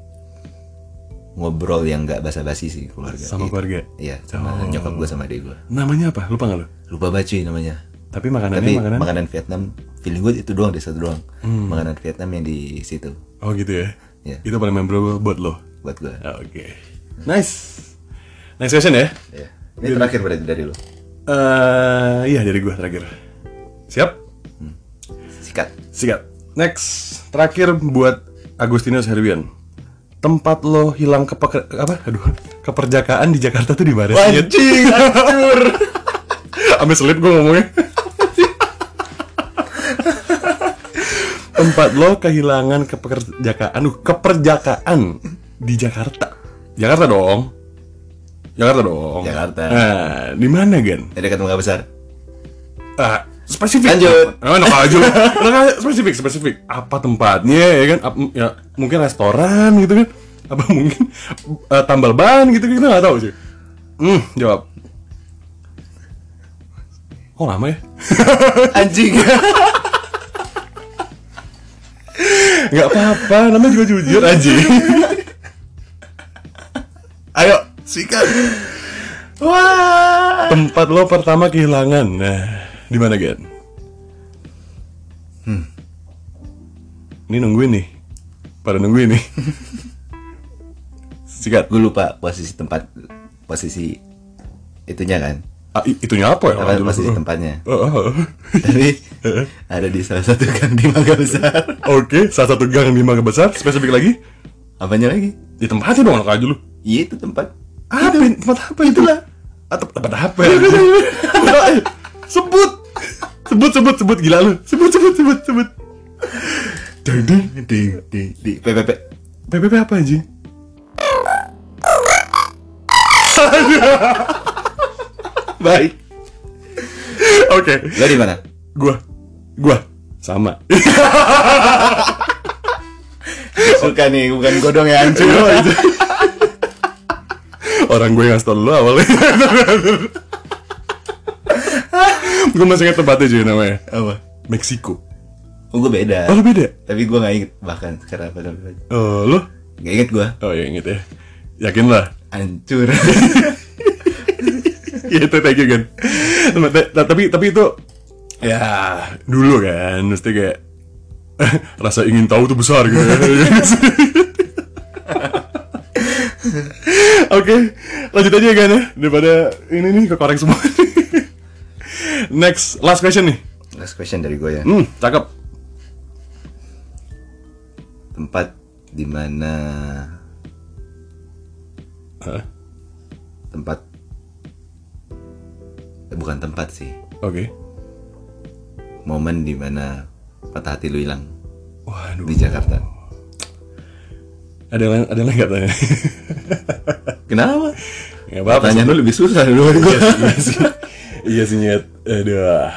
Speaker 1: ngobrol yang nggak basa-basi sih keluarga.
Speaker 2: Sama Oh. keluarga.
Speaker 1: Iya, sama nyokap gue sama adik gue.
Speaker 2: Namanya apa? Lupa nggak lo?
Speaker 1: Lupa bacuy namanya.
Speaker 2: Tapi makanannya
Speaker 1: Tapi
Speaker 2: makanan. Hmm.
Speaker 1: makanan, Vietnam, feeling gue itu doang deh satu doang. Makanan Vietnam yang di situ
Speaker 2: Oh gitu ya.
Speaker 1: Iya.
Speaker 2: Itu paling memorable buat lo.
Speaker 1: buat gue.
Speaker 2: Ah, Oke. Nice. Next question ya.
Speaker 1: Iya. Ini terakhir berarti dari lo.
Speaker 2: Eh, iya dari gua terakhir. Siap?
Speaker 1: Sikat.
Speaker 2: Sikat. Next, terakhir buat Agustinus Herbian. Tempat lo hilang kepeker apa? Aduh, keperjakaan di Jakarta tuh di mana sih? Nyet?
Speaker 1: hancur.
Speaker 2: Ambil selip gue ngomongnya. Tempat lo kehilangan keperjakaan, aduh, keperjakaan di Jakarta. Jakarta dong. Jakarta dong.
Speaker 1: Jakarta.
Speaker 2: Nah, di mana Gan?
Speaker 1: Ini dekat Mangga Besar.
Speaker 2: Ah, spesifik.
Speaker 1: Lanjut.
Speaker 2: Nah, enak aja. lu. Enak aja, spesifik, spesifik. Apa tempatnya ya kan? Ap- ya, mungkin restoran gitu kan? Apa mungkin eh, tambal ban gitu kita nggak tahu sih. Hmm, jawab. Oh lama ya?
Speaker 1: Anjing.
Speaker 2: Gak apa-apa, namanya juga jujur aja
Speaker 1: Ayo, sikat. Wah.
Speaker 2: Tempat lo pertama kehilangan Nah, di mana Gan?
Speaker 1: Hmm.
Speaker 2: Ini nungguin nih Pada nungguin nih Sikat
Speaker 1: Gue lupa posisi tempat posisi itunya kan.
Speaker 2: ah, i- Itunya apa ya?
Speaker 1: Apa
Speaker 2: Lanjut.
Speaker 1: posisi tempatnya.
Speaker 2: Oh, oh, oh.
Speaker 1: Tapi ada di salah satu gang di Mangga Besar.
Speaker 2: Oke, salah satu gang di Mangga Besar Spesifik lagi
Speaker 1: Apanya lagi?
Speaker 2: Di tempatnya dong anak aja lu
Speaker 1: Iya itu tempat.
Speaker 2: Apa? Tempat apa itu? lah tempat apa ya? sebut Sebut, sebut, sebut Gila lu Sebut, sebut, sebut, sebut Deng, deng
Speaker 1: Di di di PPP.
Speaker 2: PPP apa anjing?
Speaker 1: Baik.
Speaker 2: Oke,
Speaker 1: Lo di mana?
Speaker 2: gua gua sama.
Speaker 1: Bukan nih, bukan godong yang hancur.
Speaker 2: Orang gue ngasih tau lu awalnya. gue masih ingat tempatnya cuy namanya.
Speaker 1: Apa?
Speaker 2: Meksiko.
Speaker 1: Oh, gue beda.
Speaker 2: Oh, lu beda?
Speaker 1: Tapi gue gak inget bahkan sekarang apa apa.
Speaker 2: Oh, lu?
Speaker 1: Gak inget gue.
Speaker 2: Oh, ya inget ya. Yakin lah.
Speaker 1: Hancur.
Speaker 2: Iya, itu thank you kan. tapi tapi itu ya dulu kan mesti kayak rasa ingin tahu tuh besar gitu. Oke, lanjut aja kan ya daripada ini nih kekorek semua. Next, last question nih.
Speaker 1: Last question dari gue ya.
Speaker 2: Hmm, cakep.
Speaker 1: Tempat di mana
Speaker 2: Hah?
Speaker 1: tempat eh, bukan tempat sih.
Speaker 2: Oke.
Speaker 1: Momen di mana patah hati lu hilang
Speaker 2: Waduh.
Speaker 1: di Jakarta.
Speaker 2: Ada yang lain ada yang lain nggak tanya?
Speaker 1: Kenapa?
Speaker 2: Nggak apa-apa.
Speaker 1: Tanya lu lebih susah dulu.
Speaker 2: Iya sih. Iya sih nyet. Aduh.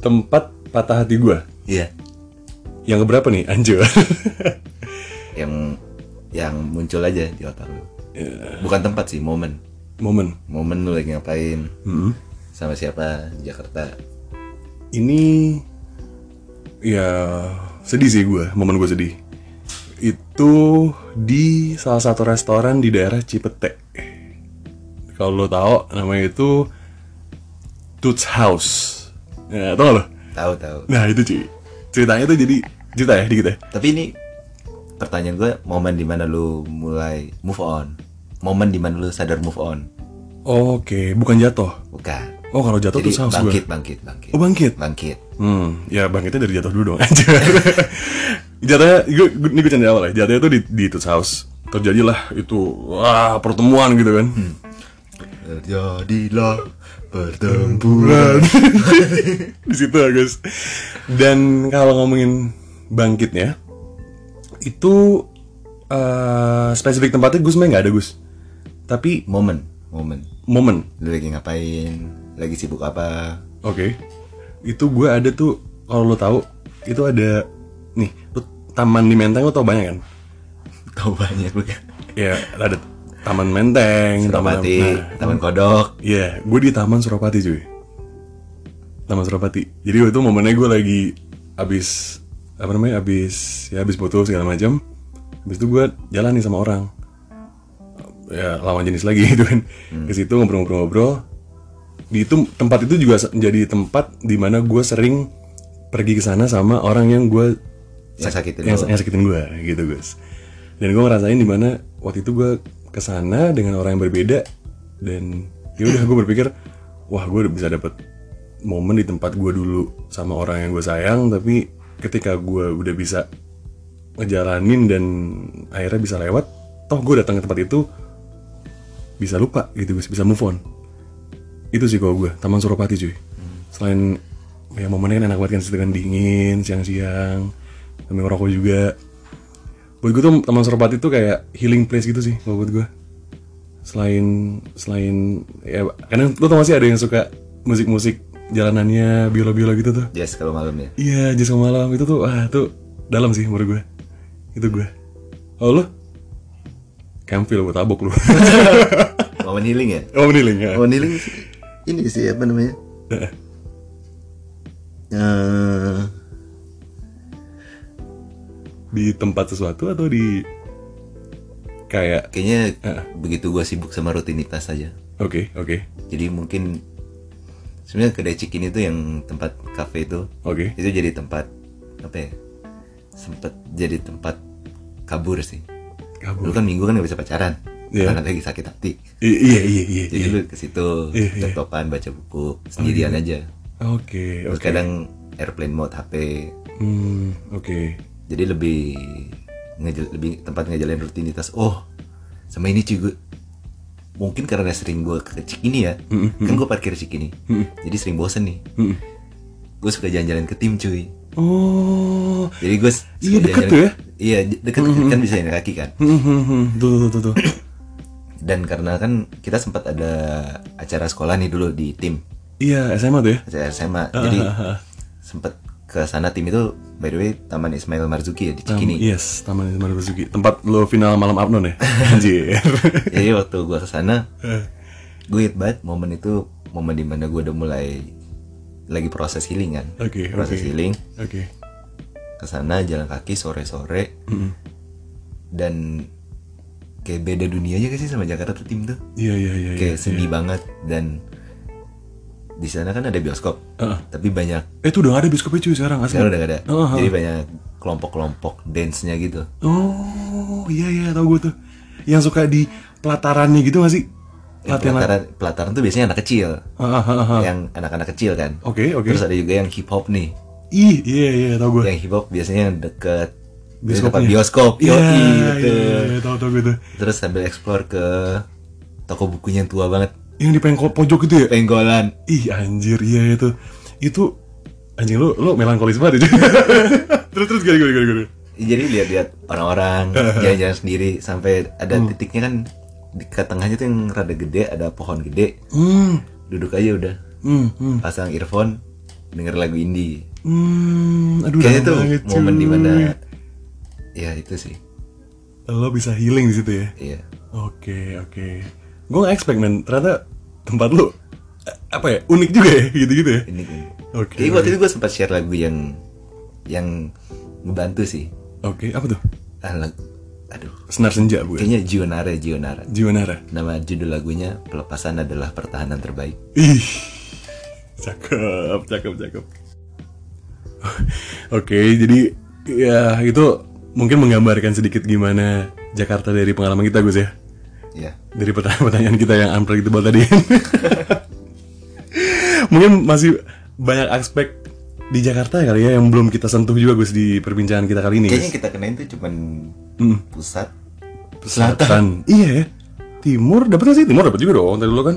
Speaker 2: Tempat patah hati gua
Speaker 1: Iya.
Speaker 2: Yang keberapa nih, Anjo?
Speaker 1: yang yang muncul aja di otak lu bukan tempat sih momen
Speaker 2: Momen.
Speaker 1: momen lu lagi ngapain
Speaker 2: Mm-mm.
Speaker 1: sama siapa di Jakarta
Speaker 2: Ini ya sedih sih gue, momen gue sedih. Itu di salah satu restoran di daerah Cipete. Kalau lo tahu namanya itu Toots House. Ya, tau gak lo?
Speaker 1: tahu tahu
Speaker 2: Nah itu cuy. Ceritanya tuh jadi cerita ya dikit ya.
Speaker 1: tapi ini pertanyaan gue momen dimana lu mulai move on momen dimana lu sadar move on
Speaker 2: Oke, bukan jatuh.
Speaker 1: bukan
Speaker 2: Oh kalau jatuh
Speaker 1: jadi
Speaker 2: Toots House gue.
Speaker 1: bangkit, bangkit bangkit
Speaker 2: Oh bangkit.
Speaker 1: bangkit
Speaker 2: Hmm, ya bangkitnya dari jatuh dulu dong aja. jatuhnya, gue, gue- ini gue canda awal ya. Jatuhnya tuh di, di Toots House. Terjadilah itu, wah pertemuan gitu kan.
Speaker 1: terjadilah pertempuran
Speaker 2: di situ ya guys. Dan kalau ngomongin bangkitnya, itu eh spesifik tempatnya gue sebenarnya nggak ada gus. Tapi
Speaker 1: momen momen
Speaker 2: momen,
Speaker 1: lu lagi ngapain lagi sibuk apa
Speaker 2: oke. Itu gue ada tuh kalau lo tahu itu ada nih lo taman di Menteng lo tau banyak kan?
Speaker 1: tahu banyak lu kan
Speaker 2: Ya ada taman Menteng, taman
Speaker 1: Suropati,
Speaker 2: Nah,
Speaker 1: Taman Kodok
Speaker 2: Iya, gue di Taman Suropati cuy Taman Suropati Jadi waktu itu momennya gue lagi Abis Apa namanya, abis Ya abis foto segala macam Abis itu gue jalan nih sama orang Ya lawan jenis lagi gitu kan ke situ ngobrol-ngobrol-ngobrol Di itu tempat itu juga se- menjadi tempat Dimana gue sering Pergi ke sana sama orang yang gue
Speaker 1: yang sakitin
Speaker 2: yang,
Speaker 1: lu.
Speaker 2: yang sakitin gue gitu guys dan gue ngerasain dimana waktu itu gue kesana dengan orang yang berbeda dan ya udah gue berpikir wah gue udah bisa dapet momen di tempat gue dulu sama orang yang gue sayang tapi ketika gue udah bisa ngejalanin dan akhirnya bisa lewat toh gue datang ke tempat itu bisa lupa gitu guys bisa move on itu sih kalau gue Taman Suropati cuy selain ya momennya kan enak banget kan situ kan dingin siang-siang sambil ngerokok juga buat gue tuh Taman Suropati tuh kayak healing place gitu sih kalau buat gue selain selain ya kadang lo tau gak sih ada yang suka musik-musik jalanannya biola-biola gitu tuh
Speaker 1: Jazz kalau malam ya
Speaker 2: iya jazz malam itu tuh ah tuh dalam sih menurut gue itu gue oh lo Kampil buat tabok lu
Speaker 1: Momen healing ya
Speaker 2: Oh meniling ya
Speaker 1: Momen healing sih, Ini sih apa namanya
Speaker 2: Heeh.
Speaker 1: Eh,
Speaker 2: Di tempat sesuatu atau di Kayak
Speaker 1: Kayaknya
Speaker 2: Heeh.
Speaker 1: begitu gua sibuk sama rutinitas aja
Speaker 2: Oke oke
Speaker 1: Jadi mungkin sebenarnya kedai cikin itu yang tempat kafe itu
Speaker 2: oke
Speaker 1: Itu jadi tempat Apa ya Sempet jadi tempat kabur sih Lu
Speaker 2: Kabur
Speaker 1: kan minggu kan gak bisa pacaran
Speaker 2: Iya.
Speaker 1: Karena lagi sakit hati
Speaker 2: I- Iya iya iya
Speaker 1: Jadi
Speaker 2: iya.
Speaker 1: lu ke situ
Speaker 2: Iya, iya.
Speaker 1: laptopan baca buku Sendirian aja
Speaker 2: Oke
Speaker 1: Terus
Speaker 2: oke
Speaker 1: kadang airplane mode HP
Speaker 2: Hmm oke
Speaker 1: jadi lebih ngejel- lebih tempat ngejalanin rutinitas oh sama ini cuy gue mungkin karena sering gue ke Cikini ya
Speaker 2: Hmm.
Speaker 1: kan gue parkir Cikini jadi sering bosen nih
Speaker 2: Mm-mm.
Speaker 1: gue suka jalan-jalan ke tim cuy
Speaker 2: Oh
Speaker 1: jadi gue s-
Speaker 2: Iya,
Speaker 1: suka
Speaker 2: deket
Speaker 1: jalan-jalan-
Speaker 2: tuh ya?
Speaker 1: iya de- deket kan bisa jalan kaki kan
Speaker 2: Hmm, hmm, hmm. Tuh tuh tuh tuh
Speaker 1: dan karena kan kita sempat ada acara sekolah nih dulu di tim
Speaker 2: Iya SMA tuh ya Ah,
Speaker 1: acara SMA jadi sempat ke sana tim itu by the way Taman Ismail Marzuki ya di
Speaker 2: Tam-
Speaker 1: Cikini
Speaker 2: Yes Taman iya. Ismail Basuki Tempat lo final malam Abnon ya Anjir Eh,
Speaker 1: Jadi waktu gue kesana Gue inget banget momen itu Momen dimana gue udah mulai Lagi proses healing kan
Speaker 2: Oke,
Speaker 1: Proses
Speaker 2: oke.
Speaker 1: healing
Speaker 2: Oke hmm,
Speaker 1: Kesana jalan kaki sore-sore Dan Kayak beda dunia aja gak sih sama Jakarta tuh tim tuh
Speaker 2: Iya iya iya iya.
Speaker 1: Kayak sedih banget Dan di sana kan ada bioskop
Speaker 2: Ah.
Speaker 1: Tapi banyak
Speaker 2: Eh itu udah nggak ada bioskopnya cuy sekarang asli
Speaker 1: Sekarang udah gak ada
Speaker 2: Oh, oh.
Speaker 1: Jadi banyak kelompok-kelompok dance-nya gitu
Speaker 2: Oh iya iya tau gue tuh yang suka di pelatarannya gitu gak sih?
Speaker 1: Eh, pelataran, pelataran tuh biasanya anak kecil
Speaker 2: Ah, ah, ah, ah.
Speaker 1: Yang anak-anak kecil kan
Speaker 2: Oke oke.
Speaker 1: Terus ada juga yang hip hop nih
Speaker 2: Ih iya iya tau gue.
Speaker 1: yang hip hop biasanya yang deket
Speaker 2: Bioskopnya.
Speaker 1: bioskop bioskop
Speaker 2: Iya
Speaker 1: yoi,
Speaker 2: iya
Speaker 1: gitu.
Speaker 2: iya tau tau gue tuh.
Speaker 1: terus sambil explore ke toko bukunya yang tua banget
Speaker 2: Yang di pengko pojok gitu ya?
Speaker 1: penggolan
Speaker 2: Ih anjir iya itu itu anjing lu lu melankolis banget itu. terus terus gini gini gini gini.
Speaker 1: jadi lihat-lihat orang-orang jalan-jalan sendiri sampai
Speaker 2: Hmm.
Speaker 1: ada titiknya kan di ke tengahnya tuh yang rada gede ada pohon gede
Speaker 2: Hmm
Speaker 1: duduk aja udah
Speaker 2: hmm hmm.
Speaker 1: pasang earphone denger lagu indie
Speaker 2: Hmm, aduh
Speaker 1: Kayaknya itu
Speaker 2: dalam banget,
Speaker 1: momen
Speaker 2: cuy.
Speaker 1: dimana ya itu sih.
Speaker 2: lo bisa healing di situ ya.
Speaker 1: Iya.
Speaker 2: Oke, oke. Gue gak expect men, ternyata tempat lu eh, apa ya unik juga ya gitu-gitu ya.
Speaker 1: Ini. ini.
Speaker 2: Oke.
Speaker 1: Jadi waktu itu gue sempat share lagu yang yang ngebantu sih.
Speaker 2: Oke, apa tuh?
Speaker 1: Ah, lagu, aduh,
Speaker 2: Senar senja bukan?
Speaker 1: kayaknya Gionara Gionara.
Speaker 2: Jiwanara.
Speaker 1: Nama judul lagunya Pelepasan adalah pertahanan terbaik.
Speaker 2: Ih, cakep, cakep, cakep. Oke, jadi ya itu mungkin menggambarkan sedikit gimana Jakarta dari pengalaman kita Gus ya.
Speaker 1: Iya.
Speaker 2: Dari pertanyaan-pertanyaan kita yang unpredictable tadi. mungkin masih banyak aspek di Jakarta kali ya yang belum kita sentuh juga Gus di perbincangan kita kali ini. Gus.
Speaker 1: Kayaknya yang kita kenain tuh cuman
Speaker 2: Hmm.
Speaker 1: pusat.
Speaker 2: Selatan. Iya ya. Timur dapat nggak sih? Timur dapat juga dong tadi dulu kan.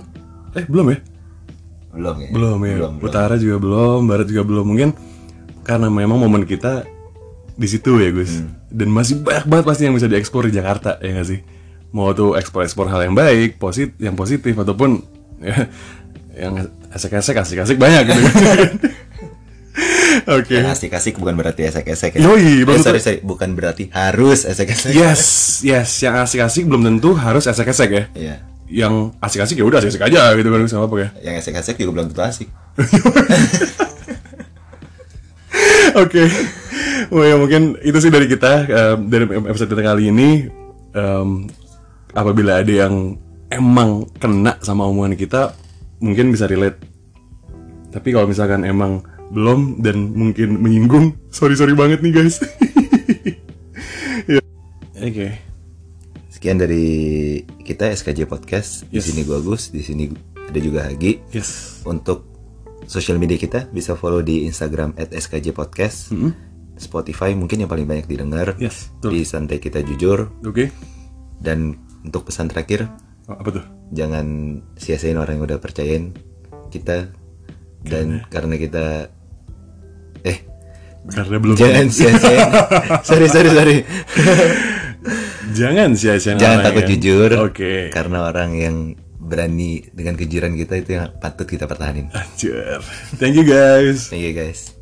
Speaker 2: Eh, belum ya?
Speaker 1: Belum ya?
Speaker 2: Belum ya.
Speaker 1: Belum, belum.
Speaker 2: Utara juga belum, barat juga belum. Mungkin karena memang momen kita di situ ya, Gus. Dan masih banyak banget pasti yang bisa dieksplor di Jakarta, ya nggak sih? Mau tuh ekspor-ekspor hal yang baik, posit yang positif ataupun ya, yang asik-asik asik-asik banyak gitu. Oke.
Speaker 1: Yang asik-asik bukan berarti esek-esek ya? Eh,
Speaker 2: Yoi, maksud-
Speaker 1: sorry, sorry. Bukan berarti harus esek-esek.
Speaker 2: Yes, yes, yang asik-asik belum tentu harus esek-esek ya.
Speaker 1: Iya.
Speaker 2: Yang asik-asik ya udah asik-asik aja gitu kan sama apa ya.
Speaker 1: Yang esek-esek juga belum tentu asik.
Speaker 2: Oke. Well, ya mungkin itu sih dari kita eh, dari episode kita kali ini. Em, apabila ada yang emang kena sama omongan kita, mungkin bisa relate. Tapi kalau misalkan emang belum dan mungkin menyinggung, sorry sorry banget nih guys. Ya. Oke.
Speaker 1: Sekian dari kita SKJ Podcast. Di
Speaker 2: Yes.
Speaker 1: sini gua Agus, di sini ada juga Hagi.
Speaker 2: Yes.
Speaker 1: Untuk social media kita bisa follow di Instagram @skjpodcast. Spotify mungkin yang paling banyak didengar.
Speaker 2: Yes, betul.
Speaker 1: Di santai kita jujur
Speaker 2: Oke. Oh,
Speaker 1: dan untuk pesan terakhir
Speaker 2: Apa tuh?
Speaker 1: jangan sia-siain orang yang udah percayain kita dan karena kita eh
Speaker 2: Karena belum.
Speaker 1: jangan sia-siain sorry sorry sorry
Speaker 2: Jangan sia-siain
Speaker 1: jangan
Speaker 2: orang
Speaker 1: takut
Speaker 2: yang-
Speaker 1: jujur
Speaker 2: Oke.
Speaker 1: karena orang yang berani dengan kejujuran kita itu yang patut kita pertahanin
Speaker 2: Anjir. Thank you guys.
Speaker 1: thank you guys